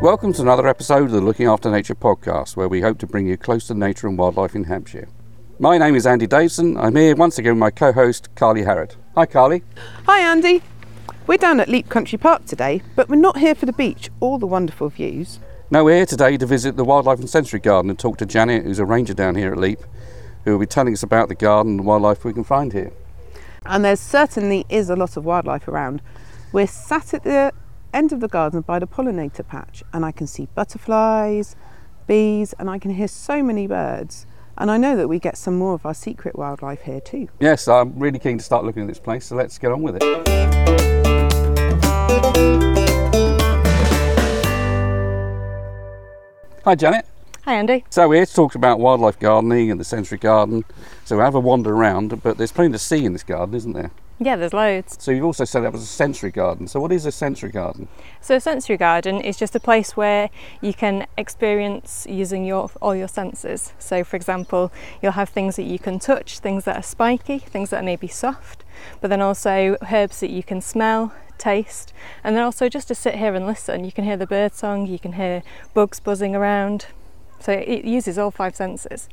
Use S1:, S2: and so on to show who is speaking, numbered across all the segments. S1: Welcome to another episode of the Looking After Nature podcast, where we hope to bring you close to nature and wildlife in Hampshire. My name is Andy Davison. I'm here once again with my co host, Carly Harrod. Hi, Carly.
S2: Hi Andy. We're down at Leap Country Park today, but we're not here for the beach or the wonderful views.
S1: Now, we're here today to visit the Wildlife and Sensory Garden and talk to Janet, who's a ranger down here at Leap, who will be telling us about the garden and the wildlife we can find here.
S2: And there certainly is a lot of wildlife around. We're sat at the end of the garden by the pollinator patch, and I can see butterflies, bees, and I can hear so many birds. And I know that we get some more of our secret wildlife here too.
S1: Yes, I'm really keen to start looking at this place, so let's get on with it. Hi, Janet.
S3: Hi, Andy.
S1: So we're here to talk about wildlife gardening and the sensory garden. So we'll have a wander around, but there's plenty to see in this garden, isn't there?
S3: Yeah, there's loads.
S1: So you've also set up as a sensory garden. So what is a sensory garden?
S3: So, a sensory garden is just a place where you can experience using your all your senses. So, for example, you'll have things that you can touch, things that are spiky, things that are maybe soft, but then also herbs that you can smell, taste, and then also just to sit here and listen. You can hear the bird song, you can hear bugs buzzing around. So, it uses all five senses.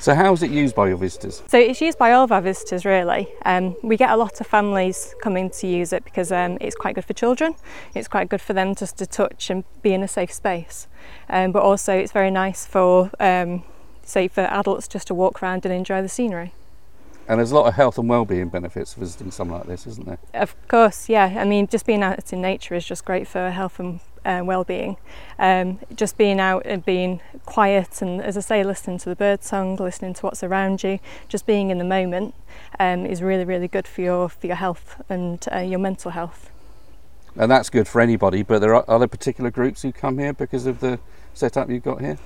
S1: So how is it used by your visitors?
S3: So it's used by all of our visitors really. Um, we get a lot of families coming to use it because um, it's quite good for children. It's quite good for them just to touch and be in a safe space. Um, but also it's very nice for, um, say, for adults just to walk around and enjoy the scenery.
S1: And there's a lot of health and well-being benefits visiting something like this, isn't there?
S3: Of course, yeah. I mean, just being out in nature is just great for health and uh, well-being. Um, just being out and being quiet, and as I say, listening to the bird song, listening to what's around you, just being in the moment um, is really, really good for your for your health and uh, your mental health.
S1: And that's good for anybody, but there are other particular groups who come here because of the setup you've got here?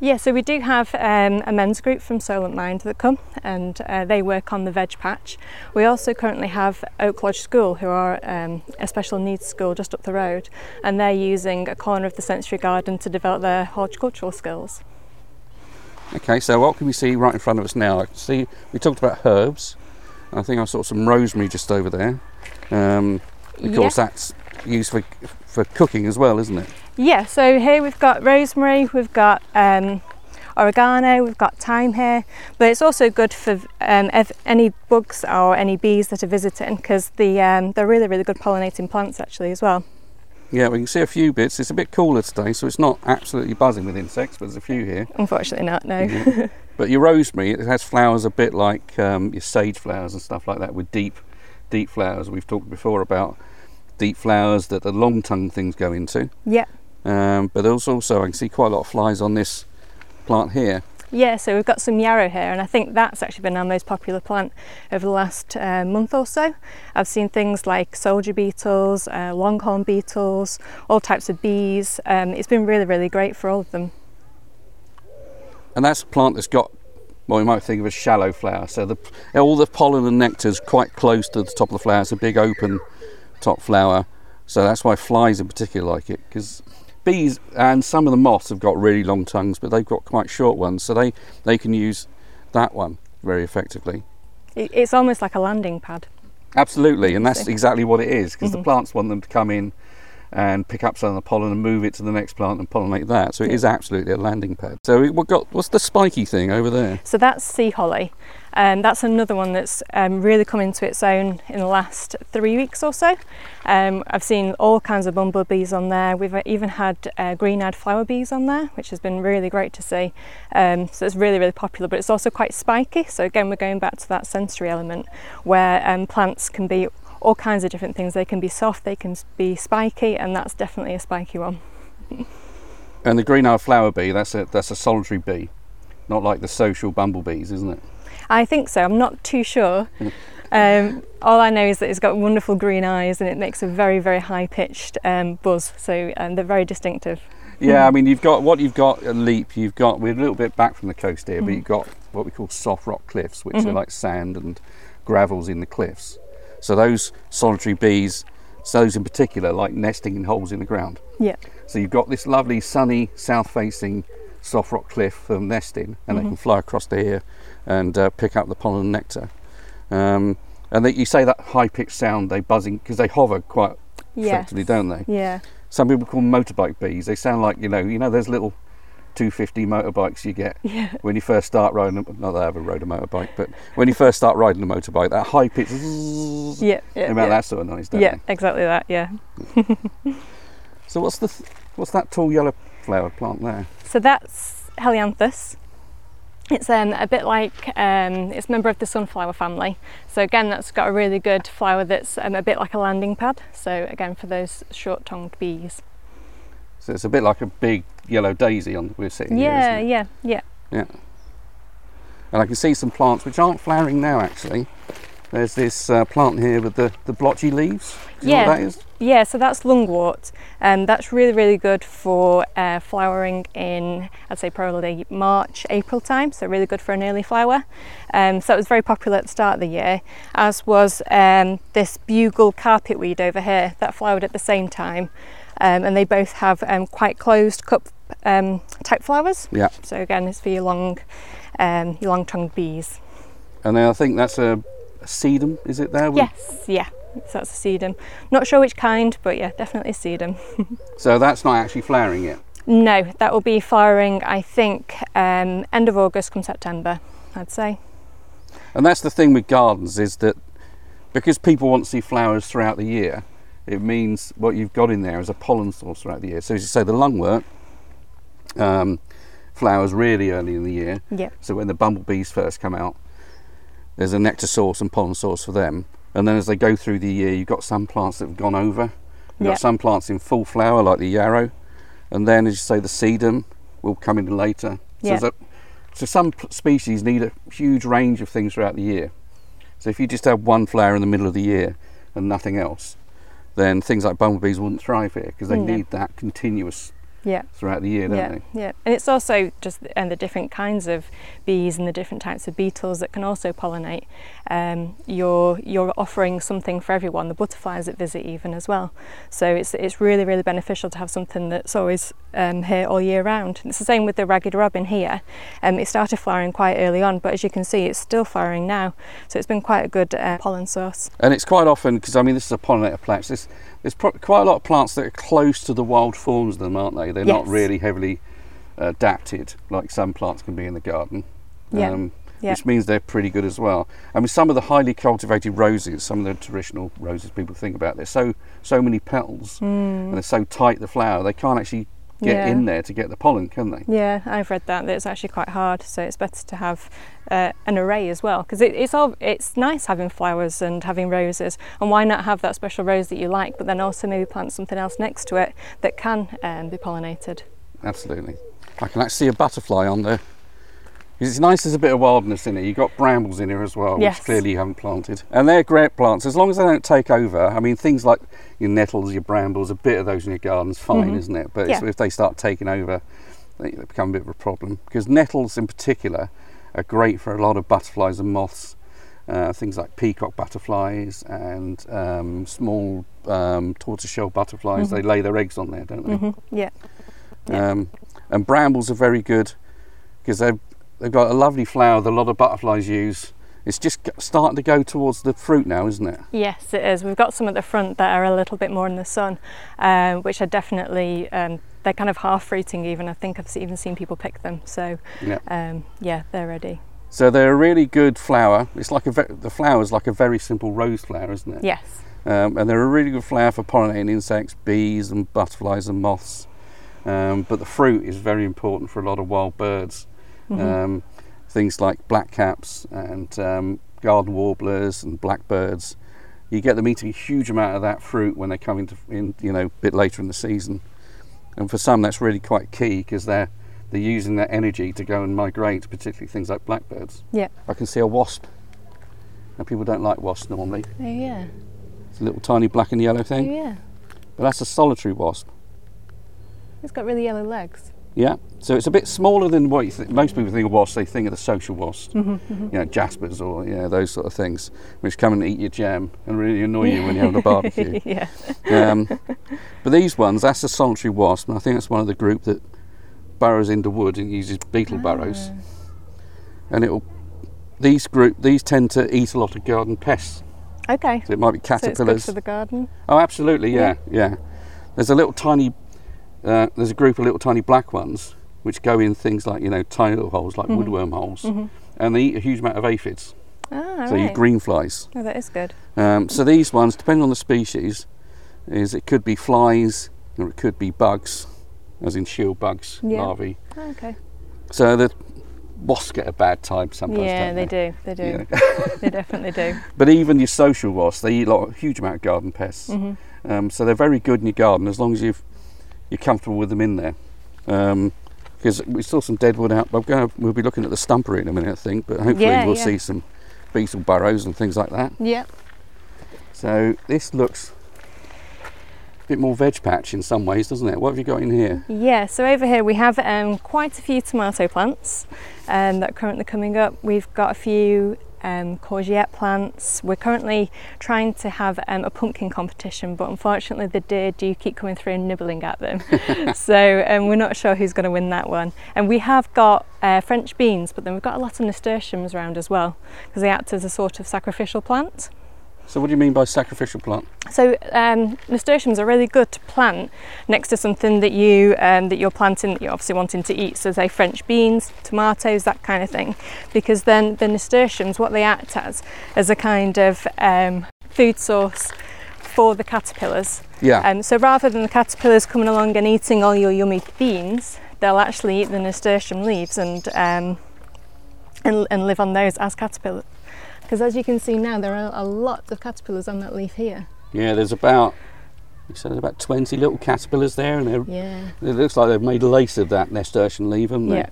S3: Yeah, so we do have um, a men's group from Solent Mind that come and uh, they work on the veg patch. We also currently have Oak Lodge School, who are um, a special needs school just up the road, and they're using a corner of the sensory garden to develop their horticultural skills.
S1: Okay, so what can we see right in front of us now? I can see we talked about herbs. I think I saw some rosemary just over there. Um, of
S3: Yeah.
S1: course, that's used for for cooking as well, isn't it?
S3: Yeah, so here we've got rosemary, we've got um, oregano, we've got thyme here, but it's also good for um, ev- any bugs or any bees that are visiting because the, um, they're really, really good pollinating plants actually as well.
S1: Yeah, we can see a few bits. It's a bit cooler today, so it's not absolutely buzzing with insects, but there's a few here.
S3: Unfortunately, not, no.
S1: Mm-hmm. But your rosemary, it has flowers a bit like um, your sage flowers and stuff like that, with deep, deep flowers. We've talked before about deep flowers that the long tongue things go into.
S3: yeah.
S1: Um, but there's also, I can see quite a lot of flies on this plant here.
S3: Yeah, so we've got some yarrow here, and I think that's actually been our most popular plant over the last uh, month or so. I've seen things like soldier beetles, uh, longhorn beetles, all types of bees. Um, it's been really, really great for all of them.
S1: And that's a plant that's got, well, you might think of a shallow flower. So the, all the pollen and nectar's quite close to the top of the flower. It's a big open top flower. So that's why flies in particular like it, because bees and some of the moths have got really long tongues, but they've got quite short ones. So they, they can use that one very effectively.
S3: It- It's almost like a landing pad.
S1: Absolutely, and that's
S3: So-
S1: exactly what it is because the plants want them to come in and pick up some of the pollen and move it to the next plant and pollinate that. So it is absolutely a landing pad. So we- we've got what's the spiky thing over there?
S3: So that's sea holly. Um, that's another one that's um, really come into its own in the last three weeks or so. Um, I've seen all kinds of bumblebees on there. We've even had uh, green-eyed flower bees on there, which has been really great to see. Um, so it's really, really popular, but it's also quite spiky. So again, we're going back to that sensory element where um, plants can be all kinds of different things. They can be soft, they can be spiky, and that's definitely a spiky one.
S1: And the green-eyed flower bee. That's a that's a solitary bee, not like the social bumblebees, isn't it?
S3: I think so. I'm not too sure. Um, all I know is that it's got wonderful green eyes and it makes a very, very high pitched um, buzz. So um, they're very distinctive.
S1: Yeah, I mean you've got what you've got a leap. You've got we're a little bit back from the coast here, but you've got what we call soft rock cliffs, which are like sand and gravels in the cliffs. So those solitary bees, so those in particular, like nesting in holes in the ground.
S3: Yeah.
S1: So you've got this lovely sunny south facing soft rock cliff for nesting, and
S3: Mm-hmm.
S1: they can fly across to here and uh, pick up the pollen and nectar. Um, and they, you say that high pitched sound they buzzing because they hover quite
S3: Yes.
S1: effectively, don't they?
S3: Yeah.
S1: Some people call them motorbike bees. They sound like you know, you know, those little 250 motorbikes you get
S3: Yeah.
S1: when you first start riding. a- Not that I ever rode a motorbike, but when you first start riding a motorbike, that high pitch, yeah,
S3: Yeah. Yeah.
S1: about
S3: yeah.
S1: that sort of noise, don't
S3: yeah,
S1: they?
S3: exactly that. Yeah.
S1: So what's the th- what's that tall yellow flower plant there?
S3: So that's Helianthus. It's um, a bit like um, it's a member of the sunflower family. So again, that's got a really good flower that's um, a bit like a landing pad. So again, for those short-tongued bees.
S1: So it's a bit like a big yellow daisy on we're sitting here.
S3: yeah,
S1: isn't it?
S3: yeah, yeah.
S1: and I can see some plants which aren't flowering now actually. There's this uh, plant here with the, the blotchy leaves. Do you know what
S3: Yeah.
S1: that is?
S3: Yeah, so that's lungwort, and that's really, really good for uh, flowering in, I'd say probably March, April time. So really good for an early flower. Um, so it was very popular at the start of the year, as was um, this bugle carpetweed over here that flowered at the same time, um, and they both have um, quite closed cup um, type flowers.
S1: Yeah.
S3: So again, it's for your long, um, your long-tongued bees.
S1: And then I think that's a, a sedum, is it there?
S3: Yes, yeah. So that's a sedum. Not sure which kind, but yeah, definitely a sedum.
S1: So that's not actually flowering yet.
S3: No, that will be firing, I think, um, end of August, come September, I'd say.
S1: And that's the thing with gardens is that because people want to see flowers throughout the year, it means what you've got in there is a pollen source throughout the year. So as you say, the lungwort um, flowers really early in the year.
S3: Yep.
S1: So when the bumblebees first come out, there's a nectar source and pollen source for them. And then as they go through the year, you've got some plants that have gone over. You've
S3: Yeah.
S1: got some plants in full flower, like the yarrow. And then, as you say, the sedum will come in later. So,
S3: Yeah.
S1: that- so some p- species need a huge range of things throughout the year. So if you just have one flower in the middle of the year and nothing else, then things like bumblebees wouldn't thrive here because they
S3: No.
S1: need that continuous
S3: Yeah.
S1: throughout the year, don't
S3: Yeah,
S1: they?
S3: yeah, and it's also just th- and the different kinds of bees and the different types of beetles that can also pollinate. Um, you're you're offering something for everyone. The butterflies that visit even as well. So it's it's really really beneficial to have something that's always um, here all year round. It's the same with the ragged robin here. Um, it started flowering quite early on, but as you can see, it's still flowering now. So it's been quite a good uh, pollen source.
S1: And it's quite often because I mean this is a pollinator patch. There's there's pro- quite a lot of plants that are close to the wild forms of them, aren't they? They're not
S3: Yes.
S1: really heavily uh, adapted like some plants can be in the garden. Um,
S3: Yeah, yeah.
S1: Which means they're pretty good as well. I mean, some of the highly cultivated roses, some of the traditional roses people think about, they're so so many petals and they're so tight the flower they can't actually get
S3: Hmm. Yeah.
S1: in there to get the pollen, can they?
S3: Yeah, I've read that, that it's actually quite hard, so it's better to have uh, an array as well because it, it's all it's nice having flowers and having roses, and why not have that special rose that you like, but then also maybe plant something else next to it that can um, be pollinated.
S1: Absolutely. I can actually see a butterfly on there. It's nice there's a bit of wildness in it. You've got brambles in here as well,
S3: Yes.
S1: which clearly you haven't planted. And they're great plants, as long as they don't take over. I mean, things like your nettles, your brambles, a bit of those in your garden's fine,
S3: Mhm.
S1: isn't it? But it's
S3: Yeah.
S1: if they start taking over, they they become a bit of a problem. Because nettles in particular are great for a lot of butterflies and moths. Uh, things like peacock butterflies and um, small um, tortoiseshell butterflies,
S3: Mhm.
S1: they lay their eggs on there, don't they?
S3: hmm Yeah, Yeah.
S1: Um, and brambles are very good because they've, they've got a lovely flower that a lot of butterflies use. It's just g- starting to go towards the fruit now, isn't it?
S3: yes, it is. We've got some at the front that are a little bit more in the sun, um, which are definitely um, they're kind of half fruiting even. I think I've se- even seen people pick them. So
S1: Yeah.
S3: um, yeah, they're ready.
S1: So they're a really good flower. It's like a ve- the flower is like a very simple rose flower, isn't it?
S3: Yes.
S1: Um, and they're a really good flower for pollinating insects, bees, and butterflies and moths. Um, but the fruit is very important for a lot of wild birds.
S3: Mhm.
S1: Um, things like blackcaps and um, garden warblers and blackbirds. You get them eating a huge amount of that fruit when they come into, in, you know, a bit later in the season. And for some, that's really quite key because they're they're using that energy to go and migrate, particularly things like blackbirds.
S3: Yeah.
S1: I can see a wasp. Now people don't like wasps normally.
S3: Oh yeah.
S1: It's a little tiny black and yellow
S3: Oh
S1: thing.
S3: yeah.
S1: But that's a solitary wasp.
S3: It's got really yellow legs.
S1: Yeah. So it's a bit smaller than what you think. most people think of wasps. They think of the social wasps,
S3: Mm-hmm,
S1: you know, jaspers or you know, those sort of things, which come and eat your jam and really annoy you when you're having a barbecue.
S3: yeah.
S1: Um, but these ones, that's a solitary wasp, and I think that's one of the group that burrows into wood and uses
S3: Ah.
S1: beetle burrows. And it'll these group these tend to eat a lot of garden pests.
S3: Okay.
S1: So it might be
S3: So it's good
S1: caterpillars.
S3: for the garden.
S1: oh, absolutely, yeah, yeah. There's a little tiny, uh, there's a group of little tiny black ones which go in things like you know tiny little holes like
S3: Mm-hmm.
S1: woodworm holes, and they eat a huge amount of aphids.
S3: Ah,
S1: so you
S3: right.
S1: green flies.
S3: Oh, that is good.
S1: Um, so these ones, depending on the species, is it could be flies or it could be bugs, as in shield bugs
S3: Yeah.
S1: larvae.
S3: Oh, Okay.
S1: So the wasps get a bad time sometimes.
S3: Yeah,
S1: don't
S3: they do. They do.
S1: Yeah.
S3: they definitely do.
S1: But even your social wasps, they eat a, lot, a huge amount of garden pests.
S3: Mm-hmm.
S1: Um, so they're very good in your garden as long as you've, you're comfortable with them in there. Because we saw some deadwood out, but going we'll be looking at the stumper in a minute, I think. But hopefully
S3: Yeah,
S1: we'll
S3: yeah.
S1: see some beetle burrows and things like that.
S3: Yeah.
S1: So this looks a bit more veg patch in some ways, doesn't it? What have you got in here?
S3: Yeah, so over here we have um, quite a few tomato plants um, that are currently coming up. We've got a few um, courgette plants. We're currently trying to have um, a pumpkin competition, but unfortunately the deer do keep coming through and nibbling at them. so um, we're not sure who's going to win that one. And we have got uh, French beans, but then we've got a lot of nasturtiums around as well because they act as a sort of sacrificial plant.
S1: So what do you mean by sacrificial plant?
S3: So um, nasturtiums are really good to plant next to something that you um, that you're planting that you're obviously wanting to eat. So say French beans, tomatoes, that kind of thing, because then the nasturtiums what they act as as a kind of um, food source for the caterpillars.
S1: Yeah.
S3: Um, so rather than the caterpillars coming along and eating all your yummy beans, they'll actually eat the nasturtium leaves and um, and, and live on those as caterpillars. Because as you can see now, there are a lot of caterpillars on that leaf here.
S1: yeah, there's about you said there's about 20 little caterpillars there, and they're,
S3: Yeah.
S1: it looks like they've made lace of that nasturtium leaf, haven't they?
S3: Yeah.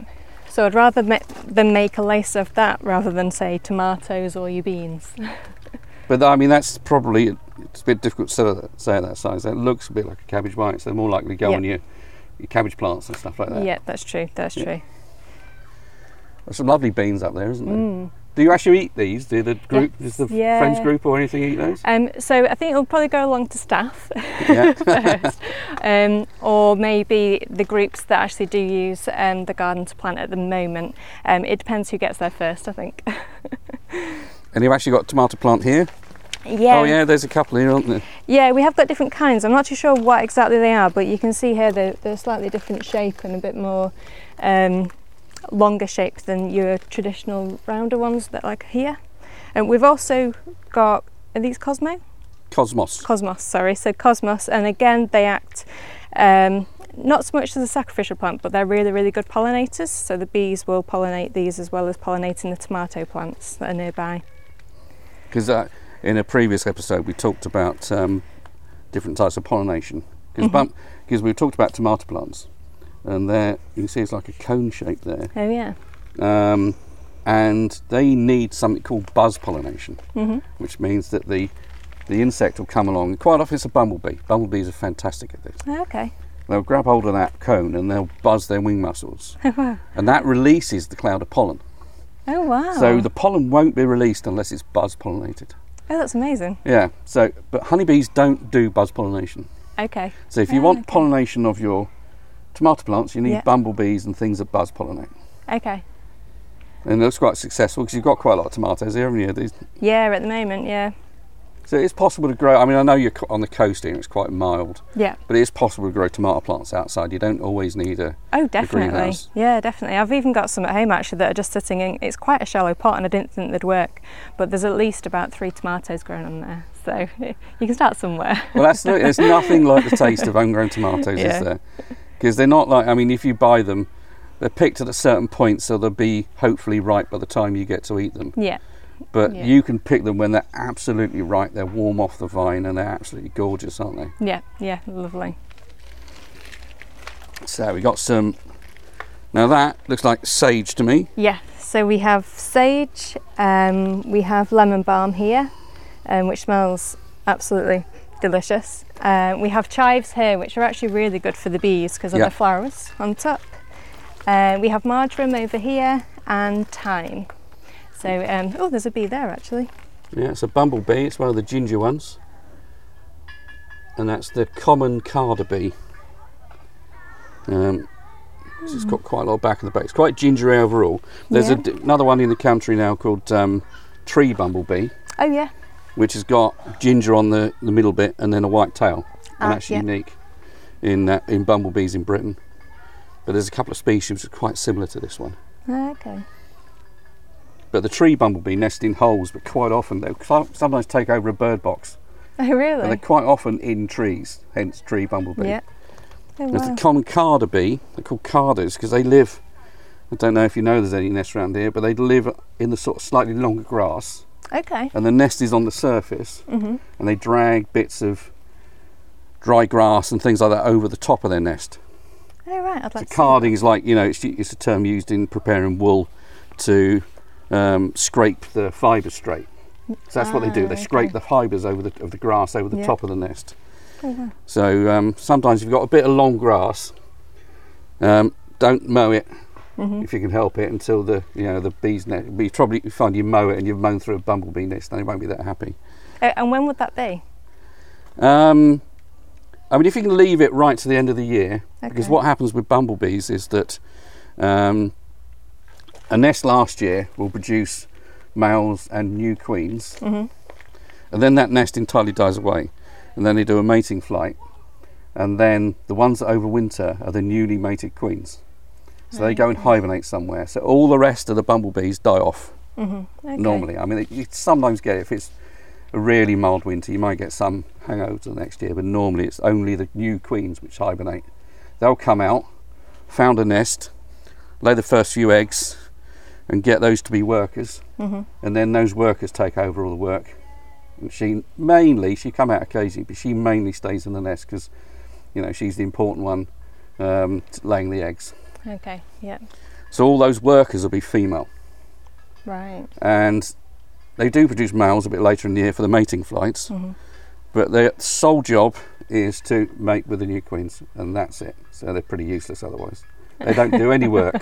S3: So I'd rather ma- them make a lace of that rather than say tomatoes or your beans.
S1: But I mean, that's probably it's a bit difficult to say that- say that size. That looks a bit like a cabbage vine, so they're more likely to go
S3: Yeah.
S1: on your, your cabbage plants and stuff like that.
S3: Yeah, that's true. That's
S1: Yeah.
S3: true.
S1: There's some lovely beans up there, isn't there? Do you actually eat these? Do the group, does the
S3: Mm. Yeah.
S1: friends group or anything eat those?
S3: Um, so I think it'll probably go along to staff,
S1: yeah.
S3: um, or maybe the groups that actually do use um, the garden to plant at the moment. Um, it depends who gets there first, I think.
S1: And you've actually got a tomato plant here.
S3: yeah.
S1: Oh yeah, there's a couple here, aren't there?
S3: Yeah, we have got different kinds. I'm not too sure what exactly they are, but you can see here they're, they're slightly different shape and a bit more um, longer shape than your traditional rounder ones that like here. And we've also got are these Cosmo?
S1: Cosmos.
S3: Cosmos, sorry. So Cosmos, and again they act um, not so much as a sacrificial plant, but they're really, really good pollinators. So the bees will pollinate these as well as pollinating the tomato plants that are nearby.
S1: Because uh, in a previous episode we talked about um, different types of pollination. Because
S3: Mm-hmm.
S1: we've talked about tomato plants, and there you can see it's like a cone shape there.
S3: Oh yeah,
S1: um, and they need something called buzz pollination,
S3: Mm-hmm.
S1: which means that the the insect will come along. Quite often, it's a bumblebee. Bumblebees are fantastic at this.
S3: okay.
S1: They'll grab hold of that cone and they'll buzz their wing muscles, and that releases the cloud of pollen.
S3: Oh wow.
S1: So the pollen won't be released unless it's buzz pollinated.
S3: oh, that's amazing.
S1: Yeah. So, but honeybees don't do buzz pollination.
S3: Okay.
S1: So if you
S3: Ah,
S1: want
S3: okay.
S1: pollination of your tomato plants, you need
S3: Yeah.
S1: bumblebees and things that buzz pollinate.
S3: Okay.
S1: And that's quite successful because you've got quite a lot of tomatoes here, haven't you? These-
S3: Yeah, at the moment, yeah.
S1: So it's possible to grow. I mean, I know you're co- on the coast here; it's quite mild,
S3: Yeah.
S1: but it is possible to grow tomato plants outside. You don't always need a.
S3: Oh, definitely.
S1: greenhouse.
S3: Yeah, definitely. I've even got some at home actually that are just sitting in. It's quite a shallow pot and I didn't think they'd work, but there's at least about three tomatoes growing on there. So you can start somewhere.
S1: Well, that's no, there's nothing like the taste of homegrown tomatoes,
S3: Yeah.
S1: is there? Because they're not like. I mean, if you buy them, they're picked at a certain point, so they'll be hopefully ripe by the time you get to eat them.
S3: Yeah.
S1: But
S3: Yeah.
S1: you can pick them when they're absolutely ripe. They're warm off the vine and they're absolutely gorgeous, aren't they?
S3: Yeah. Yeah. Lovely.
S1: So we got some. Now that looks like sage to me.
S3: Yeah. So we have sage, um, we have lemon balm here, um, which smells absolutely delicious. Uh, we have chives here, which are actually really good for the bees because of
S1: Yeah.
S3: the flowers on top. Uh, we have marjoram over here and thyme. So, um, oh, there's a bee there actually.
S1: Yeah, it's a bumblebee. It's one of the ginger ones, and that's the common carder bee. Um, 'cause it's got quite a lot back in the back. It's quite gingery overall. There's a
S3: Yeah.
S1: d another one in the country now called um, tree bumblebee,
S3: Oh yeah,
S1: which has got ginger on the, the middle bit and then a white tail, and
S3: Ah,
S1: that's
S3: yeah.
S1: unique. in uh, in bumblebees in Britain. But there's a couple of species which are quite similar to this one.
S3: Okay.
S1: But the tree bumblebee nest in holes, but quite often they will sometimes take over a bird box,
S3: Oh,
S1: and they're
S3: really?
S1: quite often in trees, hence tree bumblebee.
S3: Yeah. Oh,
S1: There's
S3: wow.
S1: the common carder bee. They're called carders because they live. I don't know if you know there's any nests around here, but they live in the sort of slightly longer grass,
S3: Okay.
S1: and the nest is on the surface,
S3: Mhm.
S1: and they drag bits of dry grass and things like that over the top of their nest.
S3: Oh, right. I'd
S1: So
S3: like to. see-
S1: carding is like you know it's, it's a term used in preparing wool to um, scrape the fibre straight. So that's what they do.
S3: Ah,
S1: They scrape
S3: okay.
S1: the fibres over the of the grass over the
S3: Yeah.
S1: top of the nest.
S3: Oh, wow.
S1: So um, sometimes you've got a bit of long grass. Um, don't mow it
S3: Mhm.
S1: if you can help it until the you know the bees nest. But you probably find you mow it and you've mown through a bumblebee nest, and it won't be that happy.
S3: Oh, and when would that be?
S1: Um, I mean, if you can leave it right to the end of the year, because
S3: Okay.
S1: what happens with bumblebees is that um, a nest last year will produce males and new queens,
S3: Mhm.
S1: and then that nest entirely dies away, and then they do a mating flight, and then the ones that overwinter are the newly mated queens. So they go and hibernate somewhere. So all the rest of the bumblebees die off
S3: Mhm. Okay.
S1: normally. I mean, it- you sometimes get if it's a really mild winter, you might get some hangover the next year, but normally it's only the new queens which hibernate. They'll come out, found a nest, lay the first few eggs, and get those to be workers,
S3: Mhm.
S1: and then those workers take over all the work. And she mainly she come out occasionally, but she mainly stays in the nest because you know she's the important one um, t- laying the eggs.
S3: Okay. Yeah.
S1: So all those workers will be female
S3: Right.
S1: and they do produce males a bit later in the year for the mating flights,
S3: Mhm.
S1: but their sole job is to mate with the new queens, and that's it. So they're pretty useless otherwise. They don't do any work.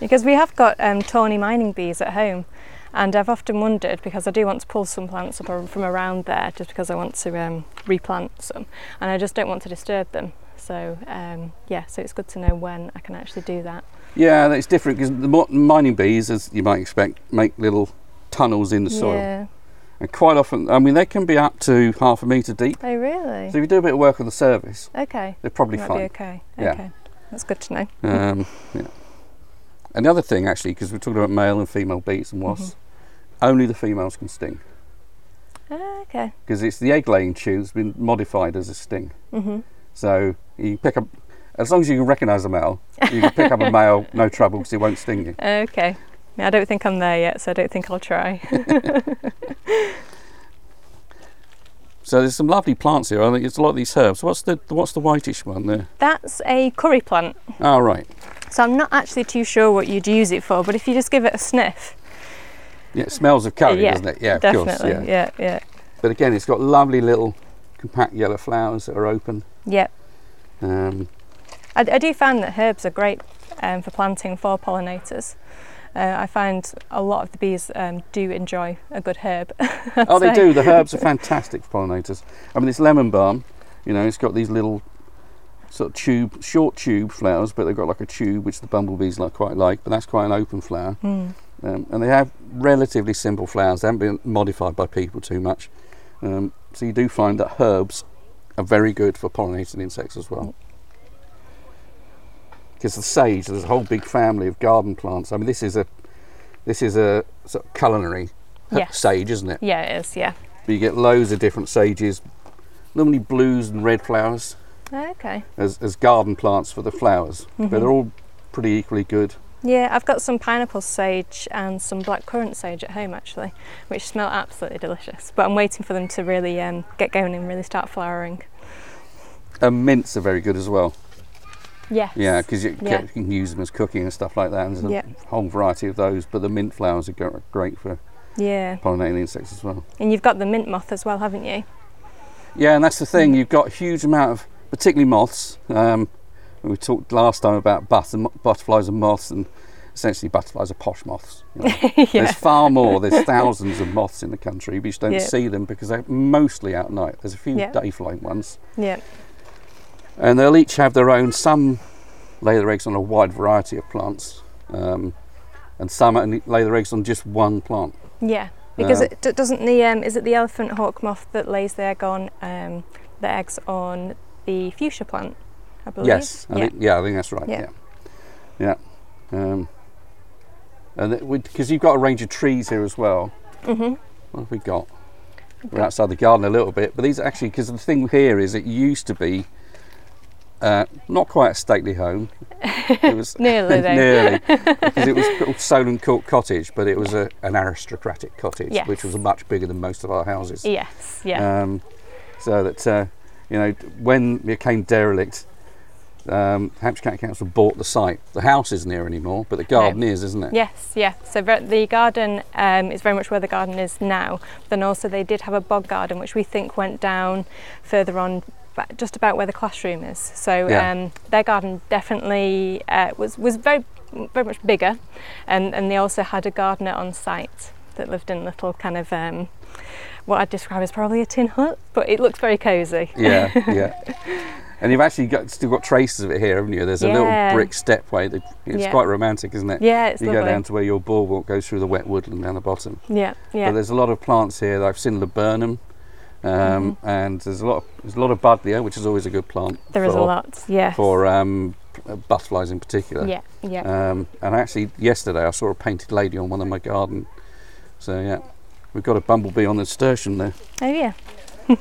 S3: Because we have got um, tawny mining bees at home, and I've often wondered because I do want to pull some plants up ar- from around there just because I want to um, replant some, and I just don't want to disturb them. So um, yeah, so it's good to know when I can actually do that.
S1: yeah, it's different because the mo- mining bees, as you might expect, make little tunnels in the soil,
S3: Yeah.
S1: and quite often, I mean, they can be up to half a metre deep.
S3: Oh really?
S1: So if you do a bit of work on the surface,
S3: okay.
S1: they're probably
S3: Might
S1: fine.
S3: be okay.
S1: Yeah.
S3: Okay. That's good to know.
S1: Um, yeah. And the other thing, actually, because we're talking about male and female bees and
S3: Mm-hmm.
S1: wasps, only the females can sting.
S3: Okay.
S1: because it's the egg laying tube that's been modified as a sting.
S3: Mhm.
S1: So you pick up, as long as you can recognise a male, you can pick up a male, no trouble, because it won't sting you.
S3: Okay. I don't think I'm there yet, so I don't think I'll try.
S1: So there's some lovely plants here. I think it's a lot of these herbs. What's the what's the whitish one there?
S3: That's a curry plant.
S1: Oh, right.
S3: So I'm not actually too sure what you'd use it for, but if you just give it a sniff,
S1: Yeah, it smells of curry,
S3: Yeah,
S1: doesn't it? Yeah, of
S3: definitely.
S1: course. Yeah.
S3: yeah, yeah,
S1: But again, it's got lovely little compact yellow flowers that are open.
S3: yeah.
S1: Um,
S3: I, I do find that herbs are great um, for planting for pollinators. Uh, I find a lot of the bees um, do enjoy a good herb.
S1: oh, they
S3: So-
S1: do. The herbs are fantastic for pollinators. I mean, this lemon balm, you know, it's got these little sort of tube, short tube flowers, but they've got like a tube, which the bumblebees like quite like. But that's quite an open flower,
S3: Mm.
S1: um, and they have relatively simple flowers. They haven't been modified by people too much, um, so you do find that herbs are very good for pollinating insects as well. Because the sage, there's a whole big family of garden plants. I mean, this is a this is a sort of culinary
S3: Yes.
S1: sage, isn't it?
S3: Yeah, it is. Yeah.
S1: But you get loads of different sages, normally blues and red flowers
S3: Okay.
S1: as, as garden plants for the flowers.
S3: Mm-hmm.
S1: But they're all pretty equally good.
S3: Yeah, I've got some pineapple sage and some blackcurrant sage at home actually, which smell absolutely delicious. But I'm waiting for them to really um, get going and really start flowering.
S1: And mints are very good as well.
S3: Yes.
S1: Yeah, because you,
S3: Yeah.
S1: you can use them as cooking and stuff like that. And there's
S3: Yeah.
S1: a whole variety of those. But the mint flowers are gr- great for
S3: Yeah.
S1: pollinating insects as well.
S3: And you've got the mint moth as well, haven't you?
S1: Yeah, and that's the thing. You've got a huge amount of, particularly moths. Um, we talked last time about but- butterflies and moths, and essentially butterflies are posh moths. you know. There's
S3: yeah.
S1: far more. There's thousands of moths in the country. We just don't
S3: Yeah.
S1: see them because they're mostly out at night. There's a few
S3: Yeah.
S1: day flying ones,
S3: Yeah.
S1: and they'll each have their own. Some lay their eggs on a wide variety of plants, um, and some only lay their eggs on just one plant.
S3: Yeah, because
S1: Uh,
S3: it d- doesn't the um, is it the elephant hawk moth that lays the egg on um, the eggs on the fuchsia plant, I believe.
S1: Yes, I
S3: Oh, yeah.
S1: Think, yeah, I think that's right. Yeah,
S3: Yeah.
S1: yeah. Um, and because you've got a range of trees here as well.
S3: Mhm.
S1: What have we got? We're outside the garden a little bit, but these are actually because the thing here is it used to be uh, not quite a stately home. It was
S3: Nearly though.
S1: nearly because it was called Solon Court Cottage, but it was a, an aristocratic cottage, which
S3: Yes.
S1: was much bigger than most of our houses.
S3: Yes, yeah.
S1: Um, so that uh, you know, when it came derelict, um, Hampshire County Council bought the site. The house isn't here anymore, but the garden is, isn't it?
S3: Yes, yeah. So ver- the garden um, is very much where the garden is now. Then also they did have a bog garden, which we think went down further on, ba- just about where the classroom is. So
S1: Yeah.
S3: um, their garden definitely uh, was was very very much bigger, and and they also had a gardener on site that lived in little kind of. Um, what I'd describe as probably a tin hut, but it looks very cosy.
S1: Yeah, yeah. And you've actually got still got traces of it here, haven't you? There's a little
S3: Yeah.
S1: brick stepway. That, it's
S3: Yeah.
S1: quite romantic, isn't it?
S3: Yeah, it's
S1: you go
S3: lovely.
S1: down to where your boardwalk goes through the wet woodland down the bottom.
S3: Yeah, yeah.
S1: But there's a lot of plants here. that I've seen laburnum, um, and there's a lot of, there's a lot of buddleia, which is always a good plant.
S3: Mm-hmm. There
S1: for,
S3: is a lot. Yes.
S1: for uh, um, butterflies in particular.
S3: yeah, yeah.
S1: Um, and actually, yesterday I saw a painted lady on one of my garden. So yeah, we've got a bumblebee on the nasturtium there.
S3: oh yeah.
S1: Yeah,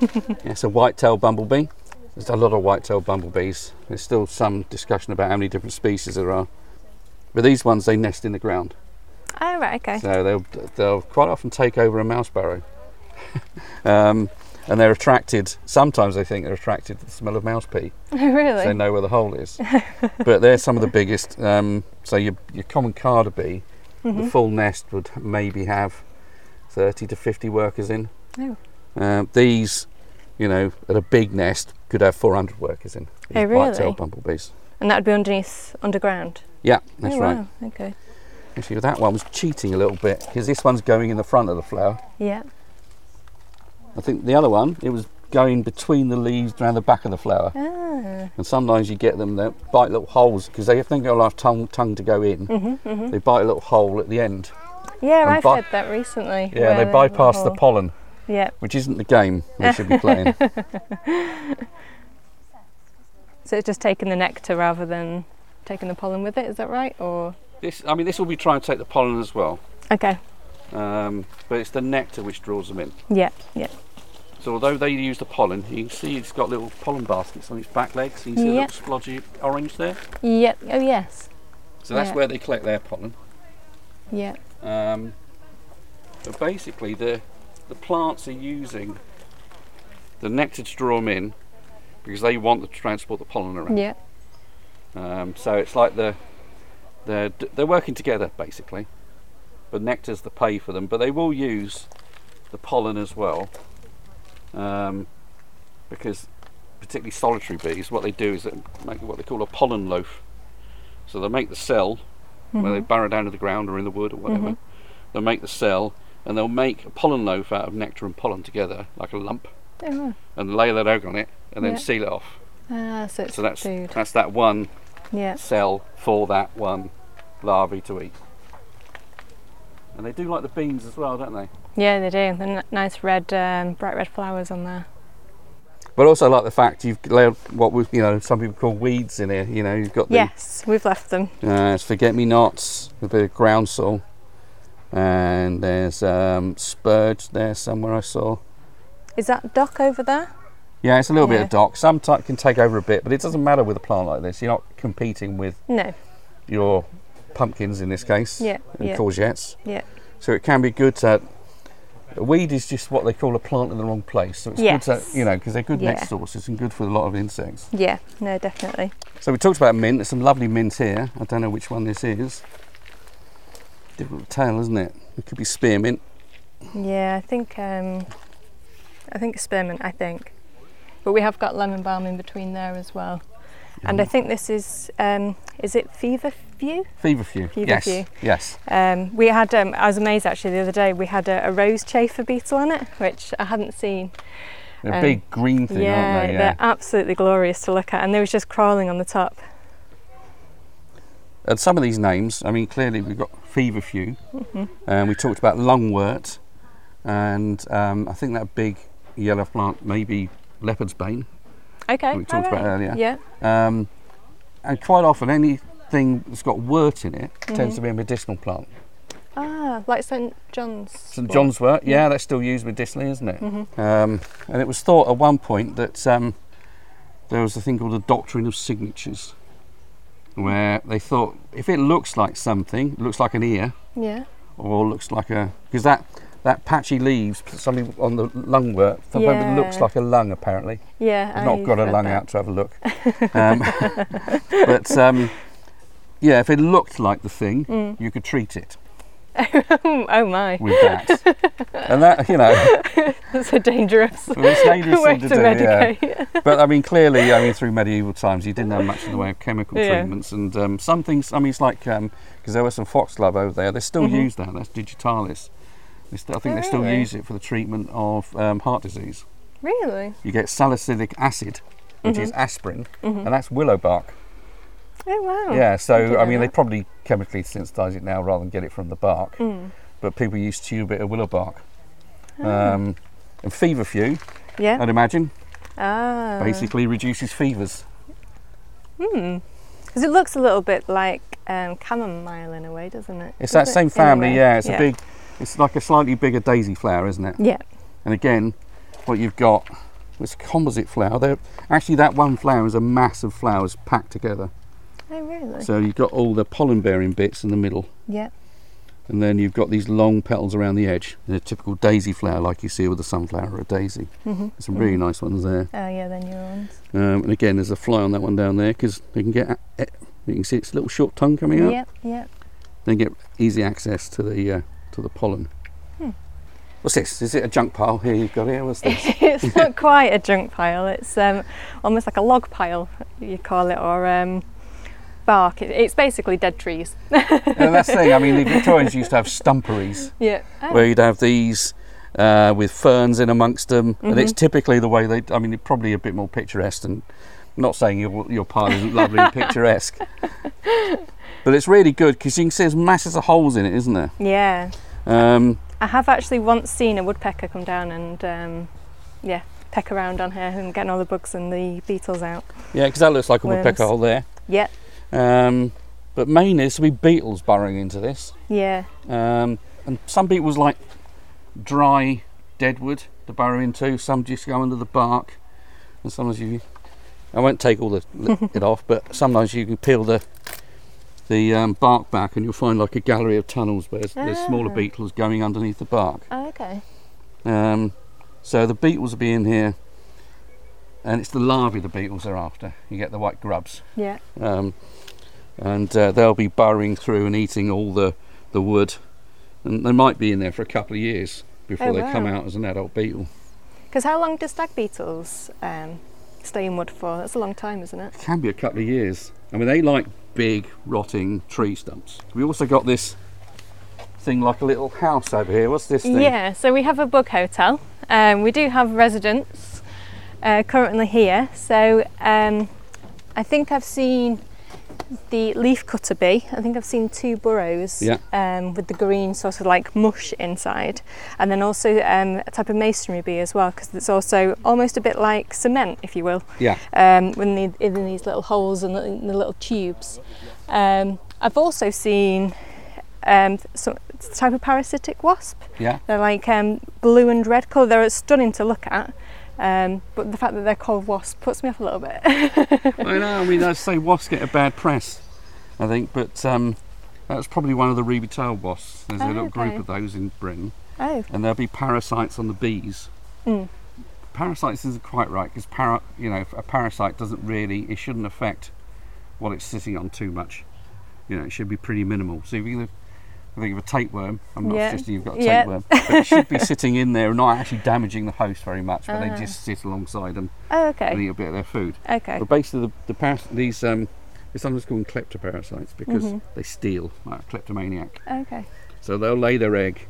S1: it's a white-tailed bumblebee. There's a lot of white-tailed bumblebees. There's still some discussion about how many different species there are. But these ones, they nest in the ground,
S3: Oh right, okay.
S1: so they'll they'll quite often take over a mouse burrow. um, and they're attracted. Sometimes they think they're attracted to the smell of mouse pee.
S3: really?
S1: so they know where the hole is. but they're some of the biggest. Um, so your, your common carder bee,
S3: Mm-hmm.
S1: the full nest would maybe have 30 to 50 workers in.
S3: Oh.
S1: Um, these, you know, at a big nest could have 400 workers in. These
S3: Oh, really?
S1: White-tailed bumblebees.
S3: And that would be underneath, underground.
S1: Yeah, that's
S3: oh,
S1: right.
S3: Wow. Okay.
S1: Actually, that one was cheating a little bit because this one's going in the front of the flower.
S3: Yeah.
S1: I think the other one, it was going between the leaves around the back of the flower.
S3: Ah.
S1: And sometimes you get them that bite little holes because they think they'll have tongue, tongue to go in.
S3: Mm-hmm.
S1: They bite a little hole at the end.
S3: Yeah,
S1: Mm-hmm, And
S3: I've
S1: bi-
S3: heard that recently.
S1: Yeah,
S3: where
S1: they bypass the
S3: whole-
S1: pollen,
S3: Yeah.
S1: which isn't the game they should be playing.
S3: So it's just taking the nectar rather than taking the pollen with it. Is that right? Or
S1: this, I mean, this will be trying to take the pollen as well,
S3: okay.
S1: um, but it's the nectar which draws them in.
S3: Yeah. Yeah.
S1: So although they use the pollen, you can see it's got little pollen baskets on its back legs. You can see a
S3: Yeah.
S1: little splodgy orange there.
S3: Yep. Oh yes.
S1: So that's
S3: Yeah.
S1: where they collect their pollen.
S3: Yeah.
S1: Um, but basically, the the plants are using the nectar to draw them in because they want to transport the pollen around.
S3: Yeah.
S1: Um, so it's like the they're d- they're working together basically. But nectar's the pay for them, but they will use the pollen as well, um, because particularly solitary bees, what they do is they make what they call a pollen loaf. So they make the cell where they
S3: Mm-hmm.
S1: burrow down to the ground or in the wood or whatever. They'll make the cell and they'll make a pollen loaf out of nectar and pollen together, like a lump,
S3: Oh,
S1: and lay that egg on it and then
S3: Yeah.
S1: seal it off.
S3: ah, so it's
S1: So that's
S3: food.
S1: that's that one
S3: Yeah.
S1: sell for that one larvae to eat. And they do like the beans as well, don't they?
S3: Yeah, they do. The n- nice red, um, bright red flowers on there.
S1: But also like the fact you've laid what we, you know some people call weeds in here. You know you've got the
S3: Yes, we've left them.
S1: uh, forget me nots, a bit of groundsel, and there's um, spurge there somewhere I saw.
S3: Is that dock over there?
S1: Yeah, it's a little bit
S3: Yeah.
S1: of dock. Some type can take over a bit, but it doesn't matter with a plant like this. You're not competing with
S3: No.
S1: your pumpkins in this case,
S3: Yeah,
S1: and
S3: yeah.
S1: courgettes.
S3: Yeah.
S1: So it can be good to. A weed is just what they call a plant in the wrong place. So it's good
S3: Yes.
S1: to, you know, because they're good
S3: Yeah.
S1: nest sources and good for a lot of insects.
S3: Yeah. No, definitely.
S1: So we talked about mint. There's some lovely mint here. I don't know which one this is. Difficult to tell, isn't it? It could be spearmint.
S3: Yeah, I think um, I think spearmint. I think, but we have got lemon balm in between there as well. And
S1: Mm.
S3: I think this is um, is it feverfew?
S1: Feverfew. yes.
S3: Feverfew.
S1: Yes.
S3: Um, we had um, I was amazed actually the other day. We had a, a rose chafer beetle on it, which I hadn't seen.
S1: They're
S3: Um,
S1: big green thing, aren't they?
S3: they're absolutely glorious to look at, and they was just crawling on the top.
S1: And some of these names, I mean, clearly we've got feverfew.
S3: Mm-hmm.
S1: Um, we talked about lungwort, and um, I think that big yellow plant, maybe leopard's bane.
S3: Okay.
S1: that we talked about
S3: alright.
S1: earlier.
S3: Yeah.
S1: Um, and quite often, anything that's got wort in it tends to be a medicinal plant.
S3: Ah, like St John's. Mm-hmm.
S1: St
S3: wort.
S1: John's wort, yeah, that's still used medicinally, isn't it? Um, and it was thought at one point that um, there was a thing called the doctrine of signatures, where they thought if it looks like something, looks like an ear,
S3: Yeah.
S1: or looks like a because that that patchy leaves somebody on the lung work
S3: Yeah.
S1: it looks like a lung apparently
S3: Yeah.
S1: I've not
S3: I've
S1: got a
S3: read
S1: lung
S3: that.
S1: out to have a look um, but um, yeah if it looked like the thing
S3: Mm.
S1: you could treat it
S3: oh my,
S1: with that and that you know
S3: that's a dangerous
S1: it's dangerous
S3: way
S1: thing to,
S3: to
S1: do yeah.
S3: medicate.
S1: but I mean clearly I mean through medieval times you didn't have much in the way of chemical
S3: Yeah.
S1: treatments and um, some things I mean it's like because there was some foxglove over there they still
S3: Mhm.
S1: use that that's digitalis they still, I think
S3: Oh,
S1: they still
S3: really?
S1: use it for the treatment of um, heart disease
S3: Really?
S1: you get salicylic acid, which
S3: Mm-hmm.
S1: is aspirin, and that's willow bark.
S3: Oh wow.
S1: yeah,
S3: didn't
S1: so I
S3: know
S1: mean, they
S3: that.
S1: probably chemically synthesize it now rather than get it from the bark,
S3: Mm.
S1: but people used to use a bit of willow bark.
S3: Ah.
S1: Um, and feverfew,
S3: Yeah.
S1: I'd imagine,
S3: Ah.
S1: basically reduces fevers.
S3: Hmm. Because it looks a little bit like um, chamomile in a way, doesn't it?
S1: It's
S3: Does
S1: that
S3: it?
S1: same
S3: In a
S1: family,
S3: way,
S1: yeah. It's a big, it's like a slightly bigger daisy flower, isn't it?
S3: Yeah.
S1: And again, what you've got is composite flower. They're, actually, that one flower is a mass of flowers packed together.
S3: Oh really?
S1: So you've got all the pollen bearing bits in the middle.
S3: yeah.
S1: and then you've got these long petals around the edge in a typical daisy flower like you see with a sunflower or a daisy
S3: Mm-hmm.
S1: some really nice ones there
S3: Oh yeah, the neurons.
S1: um, and again there's a fly on that one down there because they can get a- eh, you can see its little short tongue coming out
S3: Yep. Yep.
S1: they get easy access to the uh, to the pollen
S3: Hmm.
S1: what's this is it a junk pile here you've got here what's this
S3: it's not quite a junk pile. It's um, almost like a log pile, you call it, or um, bark. It, it's basically dead trees.
S1: and that's the thing i mean the victorians used to have stumperies
S3: Yeah.
S1: where you'd have these uh, with ferns in amongst them, and it's typically the way they. I mean, it's probably a bit more picturesque. And I'm not saying your your pile isn't lovely and picturesque, but it's really good because you can see there's masses of holes in it, isn't there?
S3: Yeah.
S1: Um,
S3: I have actually once seen a woodpecker come down and um, yeah, peck around on here and getting all the bugs and the beetles out.
S1: yeah, because that looks like a woodpecker
S3: Worms.
S1: hole there.
S3: Yeah.
S1: Um, but mainly it's to be beetles burrowing into this,
S3: Yeah.
S1: um, and some beetles like dry dead wood to burrow into. Some just go under the bark, and sometimes you I won't take all the li- it off, but sometimes you can peel the the um, bark back, and you'll find like a gallery of tunnels where there's, there's smaller
S3: Ah.
S1: beetles going underneath the bark.
S3: Oh, okay.
S1: Um, so the beetles will be in here, and it's the larvae the beetles are after. You get the white grubs,
S3: Yeah.
S1: um, and uh, they'll be burrowing through and eating all the the wood, and they might be in there for a couple of years before
S3: Oh,
S1: they come
S3: wow.
S1: out as an adult beetle.
S3: Because how long do stag beetles um, stay in wood for? That's a long time, isn't it?
S1: It can be a couple of years. I mean, they like big rotting tree stumps. We also got this thing like a little house over here. What's this thing?
S3: Yeah. So we have a bug hotel. Um, we do have residents uh, currently here. So um, I think I've seen the leafcutter bee. I think I've seen two burrows
S1: Yeah.
S3: um, with the green sort of like mush inside, and then also um, a type of masonry bee as well, because it's also almost a bit like cement, if you will,
S1: Yeah.
S3: um, when they in these little holes and the, in the little tubes. Um, I've also seen um, some type of parasitic wasp.
S1: Yeah.
S3: They're like um, blue and red colour. They're stunning to look at. Um, but the fact that they're called wasp puts me off a little bit.
S1: I know. I mean, I say wasps get a bad press, I think, but um, that's probably one of the ruby tailed wasps. There's a
S3: Oh,
S1: little group
S3: okay.
S1: of those in Britain,
S3: oh,
S1: and there'll be parasites on the bees.
S3: Mm.
S1: Parasites isn't quite right because para- you know a parasite doesn't really it shouldn't affect what it's sitting on too much. You know, it should be pretty minimal. So if you I think of a tapeworm, I'm not
S3: Yeah.
S1: suggesting you've got a
S3: Yeah.
S1: tapeworm, but it should be sitting in there and not actually damaging the host very much, but
S3: Ah.
S1: they just sit alongside them
S3: oh,
S1: and
S3: okay,
S1: eat a bit of their food.
S3: okay.
S1: But basically, the, the paras- these um, they're sometimes called kleptoparasites because
S3: Mm-hmm.
S1: they steal, like a kleptomaniac.
S3: Okay.
S1: So they'll lay their egg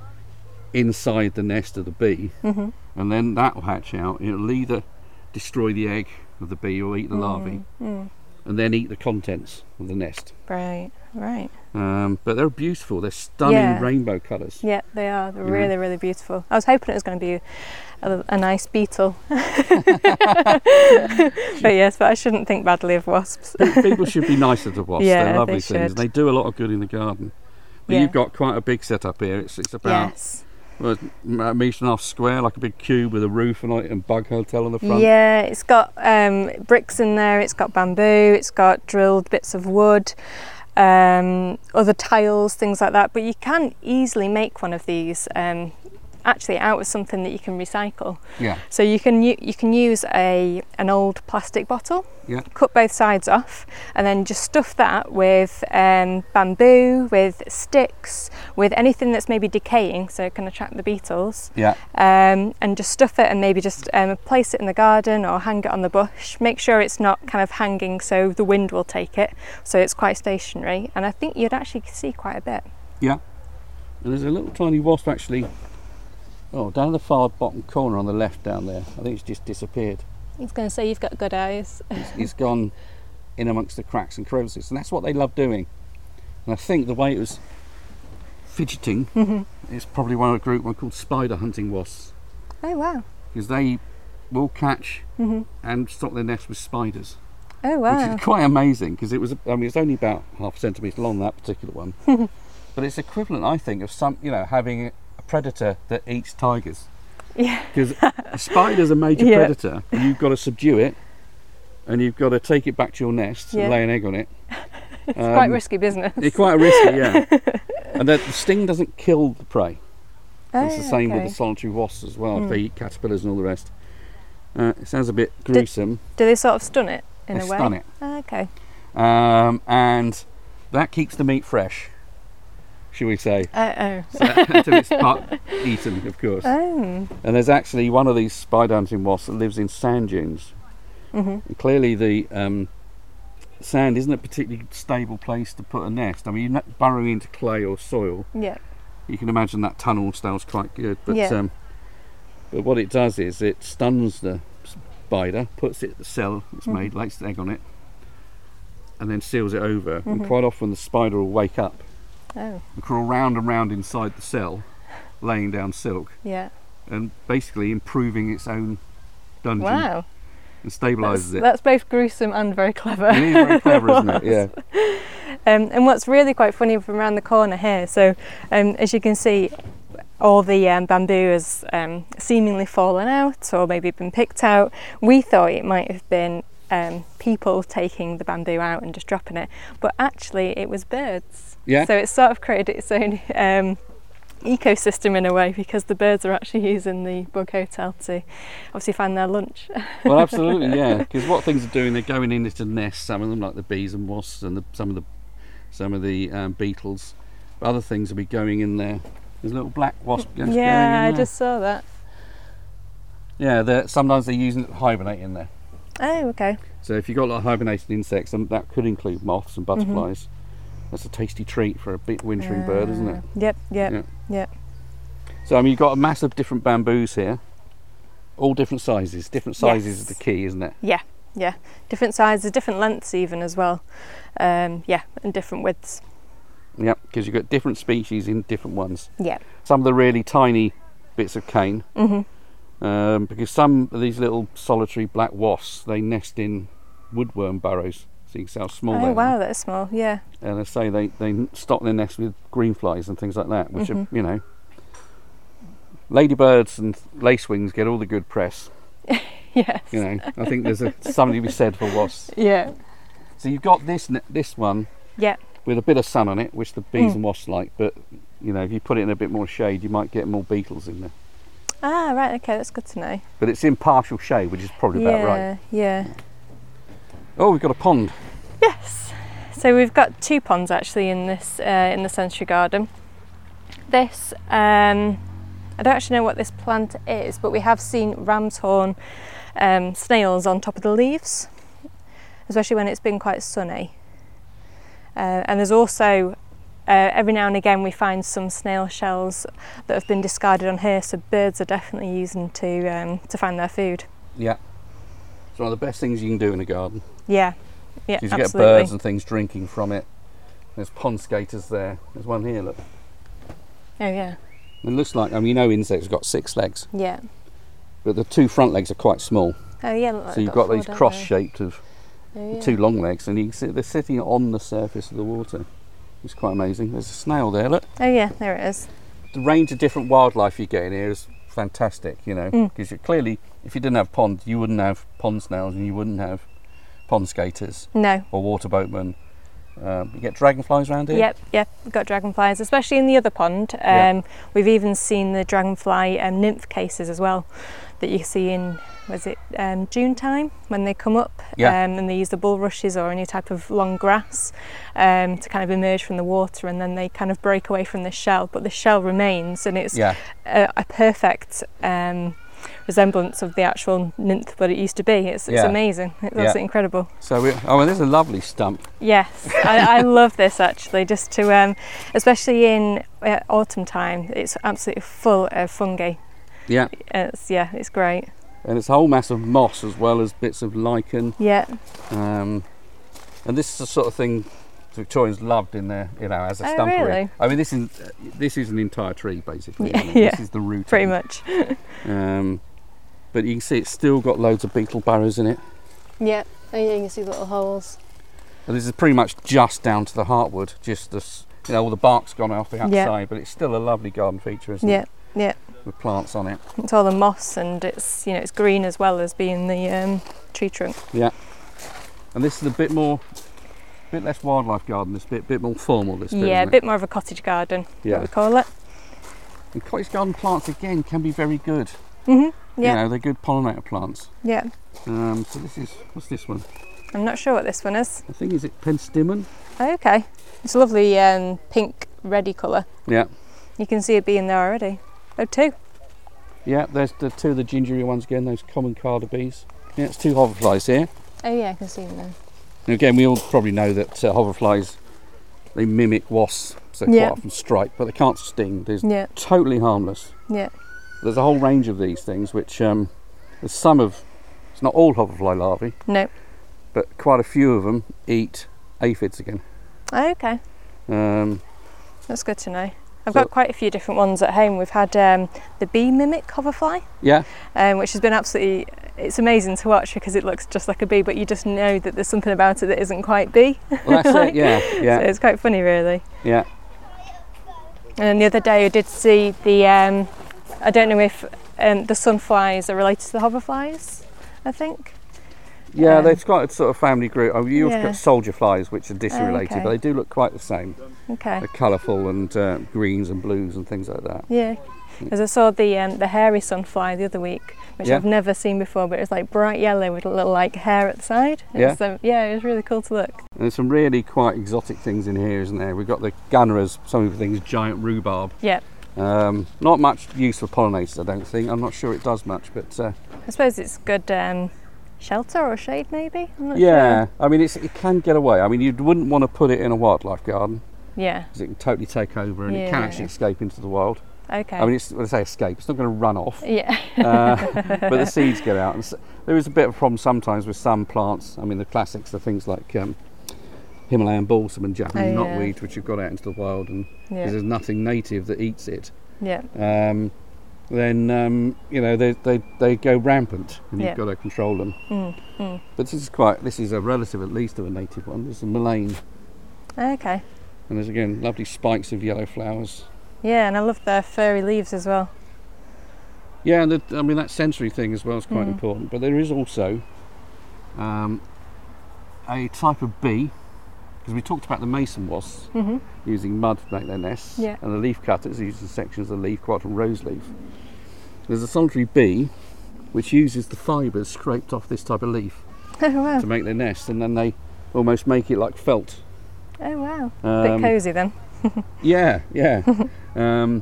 S1: inside the nest of the bee,
S3: Mhm.
S1: and then that will hatch out. It'll either destroy the egg of the bee or eat the larvae,
S3: Mm.
S1: and then eat the contents of the nest.
S3: Right. Right.
S1: Um, but they're beautiful. They're stunning
S3: Yeah.
S1: rainbow colours.
S3: Yeah, they are. They're
S1: Yeah.
S3: really, really beautiful. I was hoping it was going to be a, a nice beetle. but yes, but I shouldn't think badly of wasps.
S1: Pe- People should be nicer to wasps.
S3: Yeah,
S1: they're
S3: they
S1: lovely things.
S3: should.
S1: They do a lot of good in the garden. But
S3: Yeah.
S1: You've got quite a big setup here. It's, it's about
S3: Yes.
S1: well, it's a metre and a half square, like a big cube with a roof on it and bug hotel on the front.
S3: Yeah, it's got um, bricks in there, it's got bamboo, it's got drilled bits of wood, um, other tiles, things like that. But you can easily make one of these um, actually out of something that you can recycle.
S1: Yeah.
S3: So you can u- you can use a an old plastic bottle,
S1: Yeah.
S3: cut both sides off, and then just stuff that with um, bamboo, with sticks, with anything that's maybe decaying, so it can attract the beetles,
S1: Yeah.
S3: um, and just stuff it and maybe just um, place it in the garden or hang it on the bush. Make sure it's not kind of hanging so the wind will take it, so it's quite stationary. And I think you'd actually see quite a bit.
S1: And there's a little tiny wasp actually. Oh, down the far bottom corner on the left down there. I think it's just disappeared.
S3: I was going to say you've got good eyes.
S1: It's, it's gone in amongst the cracks and crevices, and that's what they love doing. And I think the way it was fidgeting, it's probably one of a group one called spider hunting wasps,
S3: Oh wow!
S1: because they will catch
S3: hmm
S1: and stock their nest with spiders,
S3: Oh wow!
S1: which is quite amazing. Because it was, I mean, it's only about half a centimetre long that particular one, but it's equivalent, I think, of some, you know, having a predator that eats tigers.
S3: Yeah.
S1: Because a spider's a major
S3: Yeah.
S1: predator, and you've got to subdue it, and you've got to take it back to your nest
S3: Yeah.
S1: and lay an egg on it. it's
S3: quite risky business.
S1: Um, It's quite risky, yeah. and the, the sting doesn't kill the prey. it's the
S3: Oh,
S1: same
S3: okay.
S1: with the solitary wasps as well.
S3: Mm.
S1: If they eat caterpillars and all the rest. Uh, it sounds a bit gruesome.
S3: Do they sort of stun it in
S1: they
S3: a way?
S1: stun it,
S3: Ah, okay.
S1: um, and that keeps the meat fresh. Should we say?
S3: Uh oh.
S1: So, until it's part eaten, of course.
S3: Oh.
S1: And there's actually one of these spider hunting wasps that lives in sand dunes.
S3: hmm
S1: And clearly, the um, sand isn't a particularly stable place to put a nest. I mean, you n- burrow into clay or soil.
S3: Yeah.
S1: You can imagine that tunnel smells quite good. But,
S3: Yeah.
S1: um, but what it does is it stuns the spider, puts it the cell it's
S3: Mhm.
S1: made, lays the egg on it, and then seals it over. And
S3: Mhm.
S1: quite often, the spider will wake up
S3: Oh.
S1: and crawl round and round inside the cell, laying down silk
S3: Yeah.
S1: and basically improving its own dungeon
S3: Wow.
S1: and
S3: That's,
S1: stabilises it.
S3: that's both gruesome and very clever.
S1: It is very clever, isn't it? Yeah.
S3: Um, and what's really quite funny from around the corner here, so um, as you can see, all the um, bamboo has um, seemingly fallen out or maybe been picked out. We thought it might have been um, people taking the bamboo out and just dropping it, but actually it was birds.
S1: Yeah.
S3: So it's sort of created its own um, ecosystem in a way because the birds are actually using the bug hotel to obviously find their lunch.
S1: well, absolutely, yeah. Because what things are doing, they're going in into nests. Some of them, like the bees and wasps, and the, some of the some of the um, beetles. But other things will be going in there. There's a little black wasp. that's going
S3: yeah,
S1: in
S3: I
S1: there.
S3: just saw that.
S1: Yeah, they're, sometimes they're using it to hibernate in there.
S3: Oh, okay.
S1: So if you've got like hibernating insects, and that could include moths
S3: Mm-hmm.
S1: and butterflies. That's a tasty treat for a bit wintering bird, isn't
S3: Ah,
S1: it?
S3: Yep, yep,
S1: Yeah.
S3: yep.
S1: So I mean, you've got a mass of different bamboos here, all different sizes. Different sizes is
S3: Yes.
S1: the key, isn't it?
S3: Yeah, yeah. Different sizes, different lengths, even as well. Um, yeah, and different widths.
S1: Yep, because you've got different species in different ones.
S3: Yeah.
S1: some of the really tiny bits of cane
S3: hmm
S1: um, because some of these little solitary black wasps they nest in woodworm burrows so you can see how small they
S3: Oh,
S1: are
S3: wow, that is small. Yeah.
S1: and I say they, they stock their nests with greenflies and things like that which
S3: Mhm.
S1: are you know ladybirds and lacewings get all the good press
S3: Yes.
S1: you know I think there's a, something to be said for wasps
S3: Yeah.
S1: so you've got this ne- this one
S3: Yeah.
S1: with a bit of sun on it which the bees
S3: Mm.
S1: and wasps like but you know if you put it in a bit more shade you might get more beetles in there
S3: Ah, right. Okay, that's good to know.
S1: but it's in partial shade which is probably
S3: yeah.
S1: about right
S3: Yeah.
S1: Oh, we've got a pond.
S3: Yes. So we've got two ponds actually in this uh, in the Century Garden. This um, I don't actually know what this plant is, but we have seen ram's horn um, snails on top of the leaves, especially when it's been quite sunny. Uh, and there's also uh, every now and again we find some snail shells that have been discarded on here, so birds are definitely using to um, to find their food.
S1: Yeah. It's one of the best things you can do in a garden.
S3: Yeah, yeah,
S1: Because you
S3: absolutely.
S1: get birds and things drinking from it. There's pond skaters there. There's one here, look.
S3: Oh yeah.
S1: It looks like, I mean, you know, insects have got six legs,
S3: Yeah.
S1: but the two front legs are quite small.
S3: Oh yeah. Look, like
S1: So you've
S3: I've
S1: got
S3: four,
S1: these
S3: don't I?
S1: cross shaped of
S3: Oh, yeah.
S1: two long legs, and you can see they're sitting on the surface of the water. It's quite amazing. There's a snail there, look.
S3: Oh yeah. There it is.
S1: The range of different wildlife you get in here is fantastic, you know,
S3: Mm.
S1: because clearly, if you didn't have ponds, you wouldn't have pond snails and you wouldn't have pond skaters
S3: No.
S1: or water boatmen. Um, you get dragonflies around here?
S3: Yep, yep, we've got dragonflies, especially in the other pond. Um,
S1: Yeah.
S3: We've even seen the dragonfly um, nymph cases as well that you see in, was it um, June time when they come up
S1: Yeah.
S3: um, and they use the bulrushes or any type of long grass um, to kind of emerge from the water and then they kind of break away from the shell, but the shell remains and it's
S1: Yeah,
S3: a, a perfect um, resemblance of the actual nymph that it used to be. It's, it's
S1: Yeah.
S3: amazing, it's
S1: Yeah.
S3: absolutely incredible.
S1: so, we, oh, and there's a lovely stump.
S3: Yes, I, I love this actually. Just to, um, especially in uh, autumn time, it's absolutely full of fungi.
S1: Yeah,
S3: It's yeah, it's great.
S1: and it's a whole mass of moss as well as bits of lichen.
S3: Yeah,
S1: Um, and this is the sort of thing the Victorians loved in their, you know, as a
S3: Oh,
S1: stump area.
S3: really?
S1: I mean, this is this is an entire tree basically.
S3: Yeah,
S1: isn't it? This
S3: yeah,
S1: is the root.
S3: pretty
S1: of
S3: much.
S1: it. Um, but you can see it's still got loads of beetle burrows in it.
S3: Yeah, and you can see little holes.
S1: And this is pretty much just down to the heartwood. Just this, you know, all the bark's gone off the outside,
S3: Yeah.
S1: but it's still a lovely garden feature, isn't
S3: Yeah,
S1: it? With plants on it.
S3: it's all the moss and it's you know it's green as well as being the um, tree trunk.
S1: And this is a bit more, bit less wildlife garden. This bit, bit more formal. This bit.
S3: yeah, a
S1: isn't it?
S3: bit more of a cottage garden. Yeah,
S1: Yeah.
S3: what we call it.
S1: And cottage garden plants again can be very good.
S3: Mhm. Yeah,
S1: You know, they're good pollinator plants.
S3: yeah.
S1: Um, so this is what's this one?
S3: I'm not sure what this one is.
S1: I think is it penstemon.
S3: Oh, okay, it's a lovely um, pink reddy colour.
S1: Yeah,
S3: You can see it being there already. Oh, two.
S1: yeah. There's the two of the gingery ones again. Those common carder bees. Yeah, it's two hoverflies here.
S3: Oh yeah, I can see them now.
S1: And again, we all probably know that uh, hoverflies they mimic wasps, so
S3: Yeah.
S1: quite often strike, but they can't sting. They're
S3: Yeah,
S1: totally harmless.
S3: yeah.
S1: There's a whole range of these things, which um, there's some of. It's not all hoverfly larvae,
S3: No.
S1: but quite a few of them eat aphids again.
S3: Oh, okay,
S1: Um,
S3: that's good to know. I've
S1: So-
S3: got quite a few different ones at home. We've had um, the bee mimic hoverfly,
S1: yeah,
S3: um, which has been absolutely. It's amazing to watch because it looks just like a bee, but you just know that there's something about it that isn't quite bee.
S1: well, that's it. Yeah,
S3: So
S1: yeah,
S3: it's quite funny, really.
S1: yeah.
S3: And then the other day I did see the. Um, I don't know if um, the sunflies are related to the hoverflies. I think.
S1: Yeah,
S3: Um,
S1: they've got a sort of family group. Oh, you've
S3: Yeah.
S1: got soldier flies, which are
S3: Oh,
S1: disrelated,
S3: okay.
S1: but they do look quite the same.
S3: Okay.
S1: They're colourful and uh, greens and blues and things like that.
S3: Yeah. As I saw the um, the hairy sunfly the other week, which
S1: Mm. Yeah.
S3: I've never seen before, but it was like bright yellow with a little like hair at the side. It
S1: Yeah.
S3: Was, um, yeah, it was really cool to look.
S1: And there's some really quite exotic things in here, isn't there? We've got the gunneras, some people think is giant rhubarb.
S3: Yeah.
S1: Um, not much use for pollinators, I don't think. I'm not sure it does much, but uh,
S3: I suppose it's good um, shelter or shade maybe. I'm not
S1: yeah,
S3: Sure.
S1: I mean, it's, it can get away. I mean, you wouldn't want to put it in a wildlife garden
S3: Yeah.
S1: because it can totally take over and it can
S3: Yeah.
S1: actually escape into the wild.
S3: Okay.
S1: I mean, it's, when I say escape, it's not going to run off.
S3: yeah.
S1: uh, but the seeds get out. And s there is a bit of a problem sometimes with some plants. I mean, the classics are things like um, Himalayan balsam and Japanese
S3: Oh, yeah.
S1: knotweed, which have got out into the wild, and 'cause
S3: Yeah.
S1: there's nothing native that eats it.
S3: Yeah.
S1: Um, then um, you know they, they, they go rampant, and
S3: Yeah.
S1: you've got to control them.
S3: Mm, mm.
S1: But this is quite this is a relative, at least, of a native one. There's a mullein,
S3: Okay.
S1: and there's again lovely spikes of yellow flowers.
S3: Yeah, and I love their furry leaves as well.
S1: Yeah, and the, I mean that sensory thing as well is quite
S3: Mm.
S1: important. But there is also um, a type of bee because we talked about the mason wasps
S3: hmm
S1: using mud to make their nests,
S3: Yeah.
S1: and the leaf cutters using sections of the leaf, quite often rose leaf. There's a solitary bee which uses the fibres scraped off this type of leaf
S3: oh wow.
S1: to make their nest, and then they almost make it like felt.
S3: Oh wow. Bit
S1: Um,
S3: cozy then.
S1: yeah, yeah. um,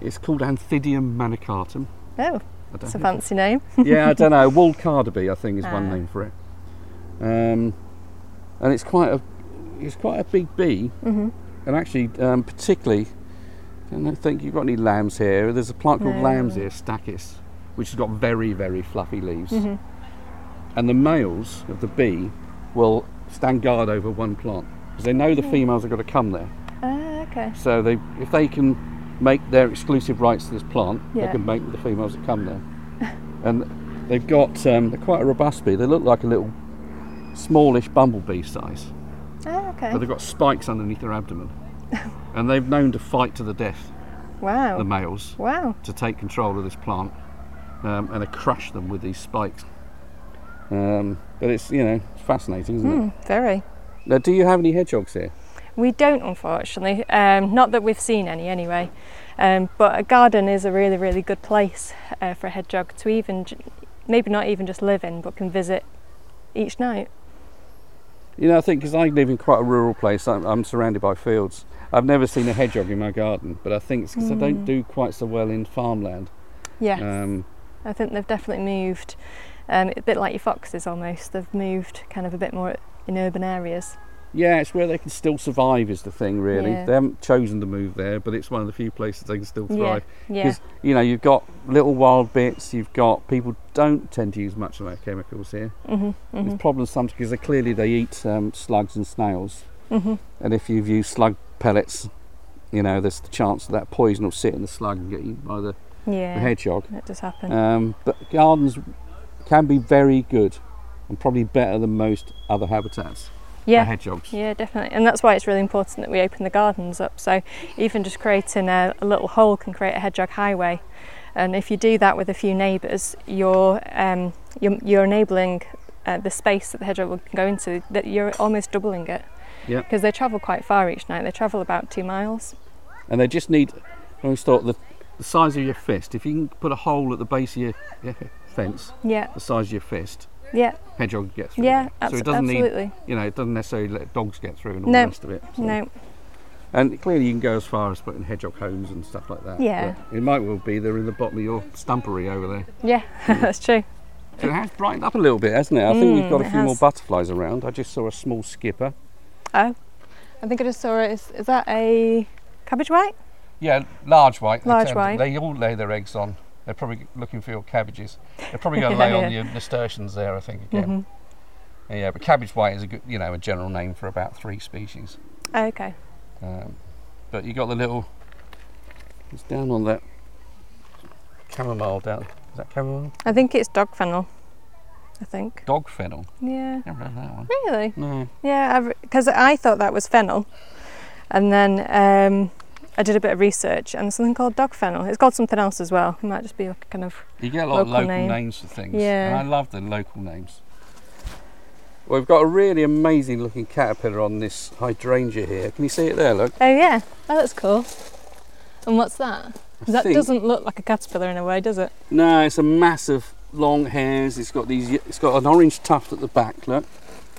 S1: it's called Anthidium manicatum.
S3: Oh,
S1: I don't
S3: it's a
S1: know.
S3: fancy name.
S1: yeah, I don't know. Wool Carnaby, I think, is one
S3: Ah.
S1: name for it. Um, and it's quite a it's quite a big bee,
S3: hmm
S1: and actually, um, particularly, I don't think you've got any lambs here. There's a plant called
S3: No.
S1: lamb's ear stachys, which has got very very fluffy leaves,
S3: hmm
S1: and the males of the bee will stand guard over one plant. because they know the females are going to come there.
S3: Ah, okay.
S1: So they, if they can make their exclusive rights to this plant, they
S3: Yeah.
S1: can mate with the females that come there. and they've got, um, they're quite a robust bee. They look like a little smallish bumblebee size,
S3: Ah, okay.
S1: but they've got spikes underneath their abdomen. and they've known to fight to the death,
S3: Wow.
S1: the males,
S3: Wow.
S1: to take control of this plant, um, and they crush them with these spikes. Um, but it's you know it's fascinating, isn't it?
S3: Hmm, very.
S1: Now, do you have any hedgehogs here?
S3: We don't, unfortunately. Um, not that we've seen any, anyway. Um, but a garden is a really, really good place uh, for a hedgehog to even, j- maybe not even just live in, but can visit each night.
S1: You know, I think because I live in quite a rural place, I'm, I'm surrounded by fields. I've never seen a hedgehog in my garden, but I think it's because I don't do quite so well in farmland.
S3: Mm. Yes.
S1: Um,
S3: I think they've definitely moved, um, a bit like your foxes almost. They've moved kind of a bit more in urban areas.
S1: yeah, it's where they can still survive is the thing, really.
S3: Yeah.
S1: They haven't chosen to move there, but it's one of the few places they can still thrive.
S3: Yeah.
S1: Because you know, you've got little wild bits. You've got people don't tend to use much amount of chemicals here.
S3: Yeah. Mhm.
S1: It's
S3: Mhm.
S1: problems sometimes because they, clearly they eat um, slugs and snails,
S3: Mhm.
S1: and if you've used slug pellets, you know, there's the chance that that poison will sit in the slug and get eaten by the, the
S3: Yeah.
S1: hedgehog.
S3: That does happen.
S1: Um, but gardens can be very good and probably better than most other habitats for
S3: yeah.
S1: hedgehogs.
S3: Yeah, definitely. And that's why it's really important that we open the gardens up. So even just creating a, a little hole can create a hedgehog highway. And if you do that with a few neighbours, you're, um, you're, you're enabling uh, the space that the hedgehog can go into, that you're almost doubling it.
S1: Yeah.
S3: Because they travel quite far each night. They travel about two miles.
S1: And they just need, I always thought, the, the size of your fist. If you can put a hole at the base of your, your fence,
S3: Yeah,
S1: the size of your fist,
S3: yeah,
S1: hedgehog gets through.
S3: yeah,
S1: there. so
S3: abso-
S1: it doesn't need,
S3: absolutely.
S1: you know, it doesn't necessarily let dogs get through and all
S3: No.
S1: the rest of it. So-
S3: No,
S1: And clearly you can go as far as putting hedgehog homes and stuff like that.
S3: Yeah.
S1: but It might well be they're in the bottom of your stumpery over there.
S3: yeah,
S1: Mm.
S3: that's true.
S1: So it has brightened up a little bit, hasn't it? I think we've
S3: Mm,
S1: got a
S3: it
S1: few more
S3: has.
S1: butterflies around. I just saw a small skipper.
S3: Oh, I think I just saw it. Is, is that a cabbage white?
S1: Yeah, large white. They
S3: Large
S1: turn-
S3: white.
S1: They all lay their eggs on. They're probably looking for your cabbages. They're probably going to lay
S3: Yeah,
S1: on
S3: yeah.
S1: your nasturtiums there, I think, again.
S3: Mm-hmm.
S1: Yeah, but cabbage white is a good, you know, a general name for about three species.
S3: Oh, okay.
S1: Um, but you got the little. It's down on that chamomile down. Is that chamomile?
S3: I think it's dog fennel. I think.
S1: Dog fennel.
S3: Yeah.
S1: Never heard of that one.
S3: Really?
S1: No.
S3: Yeah, because I thought that was fennel, and then um, I did a bit of research and something called dog fennel. It's called something else as well. It might just be like kind of
S1: You get a lot of
S3: Local
S1: local
S3: name.
S1: names for things. And
S3: Yeah.
S1: I love the local names. Well, we've got a really amazing looking caterpillar on this hydrangea here. Can you see it there? Look.
S3: oh yeah, oh that's cool. And what's that? that
S1: think-
S3: doesn't look like a caterpillar in a way, does it?
S1: No, it's a massive long hairs. It's got these. ye- It's got an orange tuft at the back. Look,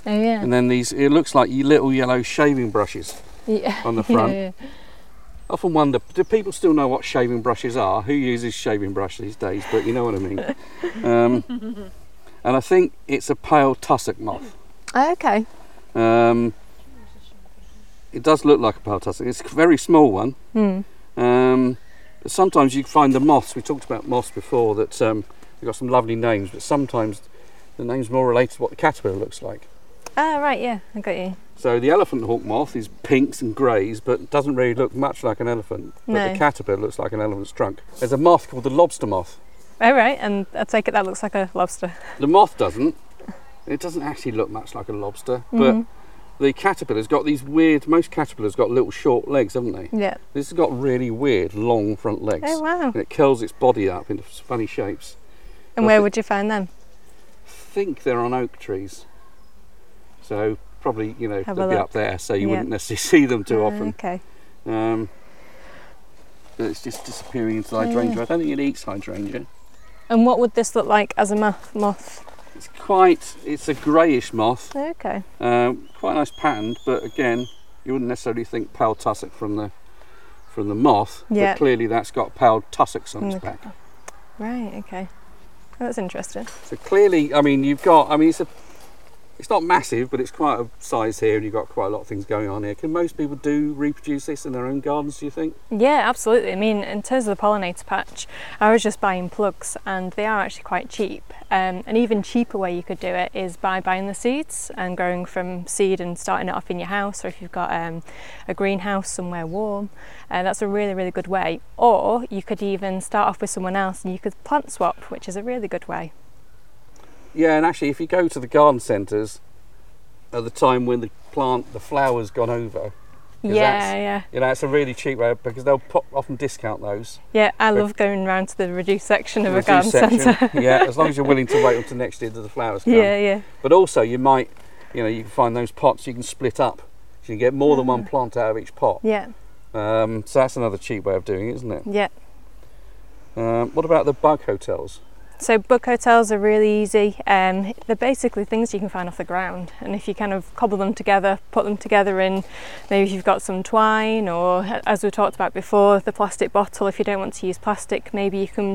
S3: Oh yeah.
S1: and then these. It looks like ye- little yellow shaving brushes
S3: yeah.
S1: on the
S3: Yeah,
S1: front.
S3: yeah.
S1: I often wonder, do people still know what shaving brushes are? Who uses shaving brush these days? But you know what I mean. Um, and I think it's a pale tussock moth.
S3: Oh, okay.
S1: Um, it does look like a pale tussock. It's a very small one.
S3: Hmm.
S1: Um, but sometimes you find the moths. We talked about moths before. That um, they've got some lovely names, but sometimes the names more related to what the caterpillar looks like.
S3: Oh right, yeah, I got you.
S1: So the elephant hawk moth is pinks and greys, but doesn't really look much like an elephant. But
S3: No.
S1: the caterpillar looks like an elephant's trunk. There's a moth called the lobster moth.
S3: All right, and I take it that looks like a lobster.
S1: The moth doesn't. It doesn't actually look much like a lobster,
S3: Mhm.
S1: but the caterpillar's got these weird. Most caterpillars got little short legs, haven't they?
S3: Yeah.
S1: This has got really weird long front legs.
S3: Oh wow.
S1: And it curls its body up into funny shapes.
S3: And where would you find them?
S1: think they're on oak trees. So probably, you know,
S3: Have a
S1: they'll be
S3: look.
S1: up there, so you
S3: Yeah.
S1: wouldn't necessarily see them too
S3: Ah,
S1: often.
S3: Okay.
S1: Um, but it's just disappearing into the
S3: Yeah.
S1: hydrangea. I don't think it eats hydrangea.
S3: And what would this look like as a moth? Moth.
S1: It's quite, it's a greyish moth,
S3: Okay.
S1: um, quite a nice pattern, but again, you wouldn't necessarily think pale tussock from the from the moth,
S3: Yeah. Mm.
S1: but clearly that's got pale tussocks on
S3: From
S1: its
S3: the-
S1: back.
S3: Right. Okay. That's interesting.
S1: So clearly, I mean, you've got, I mean, it's a It's not massive, but it's quite a size here, and you've got quite a lot of things going on here. Can most people do reproduce this in their own gardens? Do you think?
S3: Yeah, absolutely. I mean, in terms of the pollinator patch, I was just buying plugs, and they are actually quite cheap. Um, an even cheaper way you could do it is by buying the seeds and growing from seed and starting it off in your house, or if you've got um, a greenhouse somewhere warm, uh, that's a really, really good way. Or you could even start off with someone else, and you could plant swap, which is a really good way.
S1: Yeah, and actually, if you go to the garden centres, at the time when the plant, the flower's gone over,
S3: Yeah,
S1: that's-
S3: yeah,
S1: you know, it's a really cheap way because they'll pop, often discount those.
S3: yeah. I
S1: but-
S3: love going round to the reduced section of
S1: Reduced
S3: a garden
S1: section.
S3: centre.
S1: yeah, as long as you're willing to wait until next year that the flowers come.
S3: yeah, yeah.
S1: But also, you might, you know, you can find those pots you can split up, so you get more than
S3: Ah.
S1: one plant out of each pot.
S3: Yeah,
S1: Um, so that's another cheap way of doing it, isn't it?
S3: yeah.
S1: Um, what about the bug hotels?
S3: So book hotels are really easy. Um, they're basically things you can find off the ground, and if you kind of cobble them together, put them together in, maybe if you've got some twine, or as we talked about before, the plastic bottle. If you don't want to use plastic, maybe you can.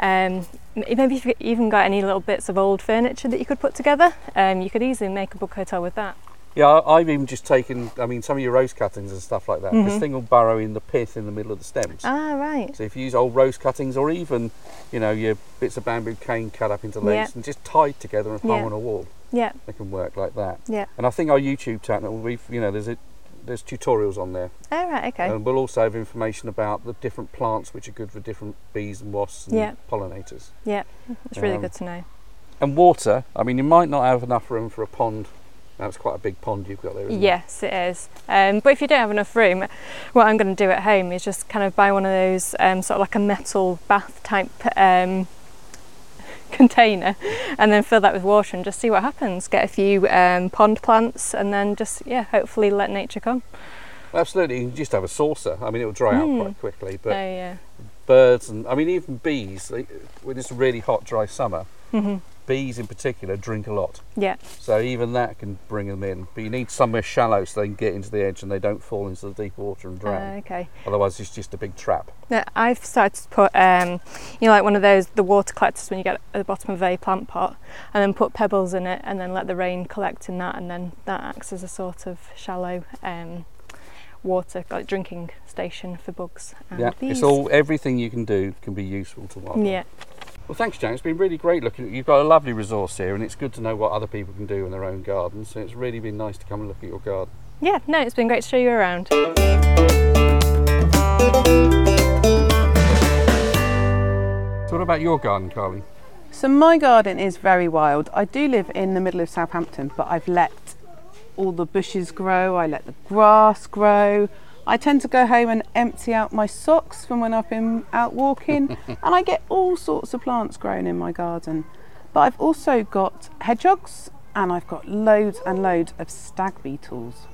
S3: Um, m- maybe if you even got any little bits of old furniture that you could put together, um, you could easily make a book hotel with that.
S1: Yeah, I, I've even just taken, I mean, some of your rose cuttings and stuff like that. This
S3: Mhm.
S1: thing will burrow in the pith in the middle of the stems.
S3: Ah, right.
S1: So if you use old rose cuttings or even, you know, your bits of bamboo cane cut up into
S3: Yeah.
S1: lengths and just tied together and hung
S3: Yeah.
S1: on a wall,
S3: Yeah,
S1: they can work like that.
S3: yeah.
S1: And I think our YouTube channel, we've, you know, there's a, there's tutorials on there,
S3: All right. Okay.
S1: and we'll also have information about the different plants which are good for different bees and wasps and
S3: Yeah.
S1: pollinators.
S3: It's really
S1: um,
S3: good to know.
S1: And water, I mean, you might not have enough room for a pond. That's quite a big pond you've got there. Isn't it?
S3: Yes, it is. Um, but if you don't have enough room, what I'm going to do at home is just kind of buy one of those um, sort of like a metal bath type um, container, and then fill that with water and just see what happens. Get a few um, pond plants, and then just yeah, hopefully let nature come.
S1: Absolutely, you can just have a saucer. I mean, it'll dry out
S3: Mm.
S1: quite quickly,
S3: So
S1: but
S3: yeah,
S1: birds and I mean even bees. They, when it's a really hot, dry summer,
S3: Mhm.
S1: bees in particular drink a lot,
S3: yeah,
S1: so even that can bring them in. But you need somewhere shallow so they can get into the edge and they don't fall into the deep water and drown.
S3: uh, okay.
S1: Otherwise, it's just a big trap.
S3: Now, I've started to put, um, you know, like one of those the water collectors when you get at the bottom of a plant pot, and then put pebbles in it, and then let the rain collect in that, and then that acts as a sort of shallow um, water like drinking station for bugs and
S1: yeah,
S3: bees.
S1: it's all everything you can do can be useful to wildlife.
S3: Yeah,
S1: Well, thanks, Jane. It's been really great looking. at You've got a lovely resource here, and it's good to know what other people can do in their own gardens. So it's really been nice to come and look at your garden.
S3: yeah. No, it's been great to show you around.
S1: So, what about your garden, Carly?
S2: So my garden is very wild. I do live in the middle of Southampton, but I've let all the bushes grow. I let the grass grow. I tend to go home and empty out my socks from when I've been out walking, and I get all sorts of plants growing in my garden. But I've also got hedgehogs, and I've got loads and loads of stag beetles.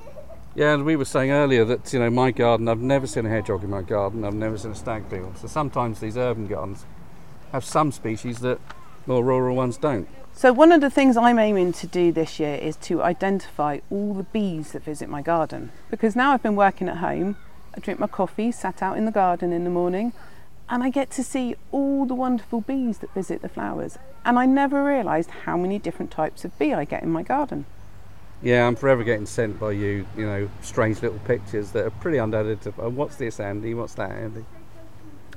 S1: Yeah, and we were saying earlier that you know my garden. I've never seen a hedgehog in my garden. I've never seen a stag beetle. So sometimes these urban gardens have some species that more rural ones don't.
S2: So, one of the things I'm aiming to do this year is to identify all the bees that visit my garden because now I've been working at home, I drink my coffee, sat out in the garden in the morning, and I get to see all the wonderful bees that visit the flowers. And I never realised how many different types of bee I get in my garden.
S1: Yeah, I'm forever getting sent by you. You know, strange little pictures that are pretty unidentified. What's this, Andy? What's that, Andy?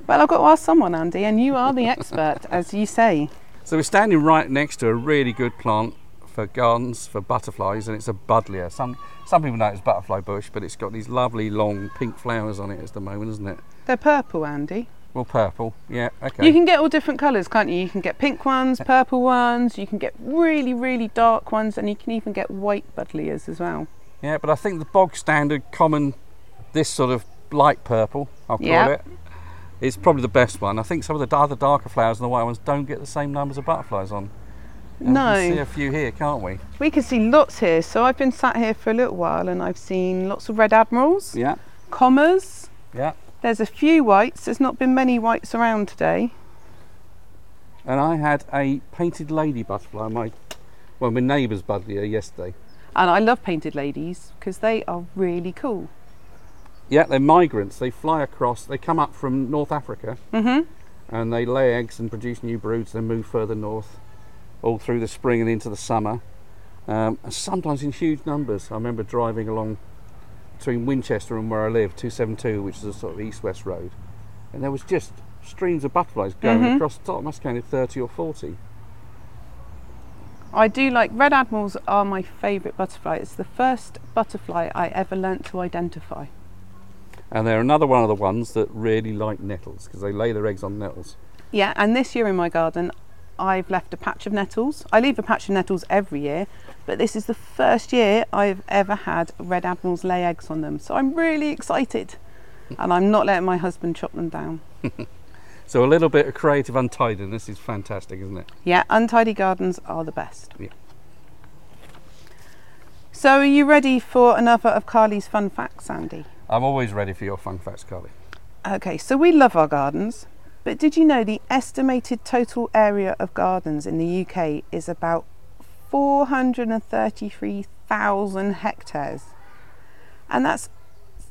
S2: Well, I've got to ask someone, Andy, and you are the expert, as you say.
S1: So we're standing right next to a really good plant for gardens for butterflies, and it's a buddleia. Some some people know it as butterfly bush, but it's got these lovely long pink flowers on it at the moment, isn't it?
S2: They're purple, Andy.
S1: Well, purple. Yeah. Okay.
S2: You can get all different colours, can't you? You can get pink ones, purple ones, you can get really, really dark ones, and you can even get white buddleias as well.
S1: Yeah, but I think the bog standard common, this sort of light purple, I'll call
S2: Yeah.
S1: it, is probably the best one. I think some of the other darker flowers and the white ones don't get the same numbers of butterflies on. And We can see
S2: No,
S1: a few here, can't we?
S2: we can see lots here. So I've been sat here for a little while and I've seen lots of red admirals,
S1: Yeah,
S2: commas.
S1: yeah.
S2: There's a few whites. There's not been many whites around today.
S1: And I had a painted lady butterfly, my well, my neighbour's buddleia yesterday.
S2: And I love painted ladies because they are really cool.
S1: Yeah, they're migrants. They fly across. They come up from North Africa
S2: hmm
S1: and they lay eggs and produce new broods. Then move further north, all through the spring and into the summer. um, and sometimes in huge numbers. I remember driving along between Winchester and where I live, 272, which is a sort of east-west road, and there was just streams of butterflies going
S2: Mhm.
S1: across the top. I must have counted 30 or 40.
S2: I do like red admirals are my favourite butterfly. It's the first butterfly I ever learnt to identify.
S1: And they're another one of the ones that really like nettles because they lay their eggs on nettles.
S2: Yeah, and this year in my garden, I've left a patch of nettles. I leave a patch of nettles every year, but this is the first year I've ever had red admirals lay eggs on them. So I'm really excited, and I'm not letting my husband chop them down.
S1: So a little bit of creative untidiness is fantastic, isn't it?
S2: Yeah, untidy gardens are the best.
S1: Yeah.
S2: So are you ready for another of Carly's fun facts, Andy?
S1: I'm always ready for your fun facts, Carly.
S2: Okay, so we love our gardens, but did you know the estimated total area of gardens in the UK is about 433,000 hectares? And that's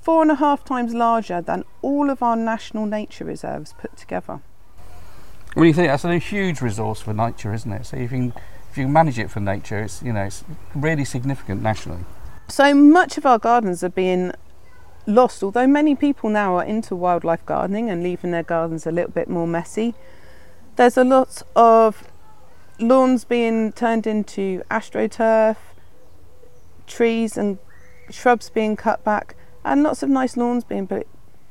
S2: four and a half times larger than all of our national nature reserves put together.
S1: When you think that's a huge resource for nature, isn't it? So if you can, if you manage it for nature, it's you know it's really significant nationally.
S2: So much of our gardens are being lost, although many people now are into wildlife gardening and leaving their gardens a little bit more messy. There's a lot of lawns being turned into astroturf, trees and shrubs being cut back, and lots of nice lawns being bu-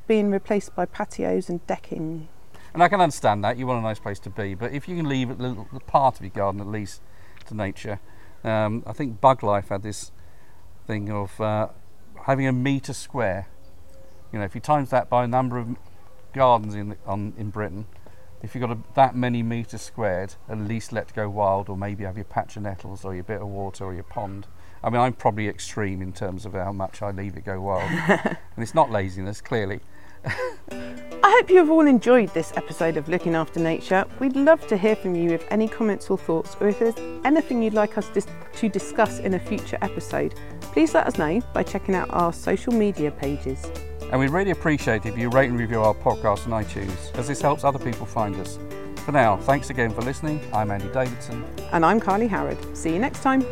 S2: being replaced by patios and decking.
S1: And I can understand that you want a nice place to be, but if you can leave a little the part of your garden at least to nature, um, I think Bug Life had this thing of uh, having a metre square. You know, if you times that by a number of gardens in on in Britain, if you've got a, that many metres squared, at least let go wild, or maybe have your patch of nettles, or your bit of water, or your pond. I mean, I'm probably extreme in terms of how much I leave it go wild, and it's not laziness clearly.
S2: I hope you have all enjoyed this episode of Looking After Nature. We'd love to hear from you with any comments or thoughts, or if there's anything you'd like us dis- to discuss in a future episode. Please let us know by checking out our social media pages.
S1: And we'd really appreciate if you rate and review our podcast on iTunes, as this helps other people find us. For now, thanks again for listening. I'm Andy Davidson.
S2: And I'm Carly Howard. See you next time.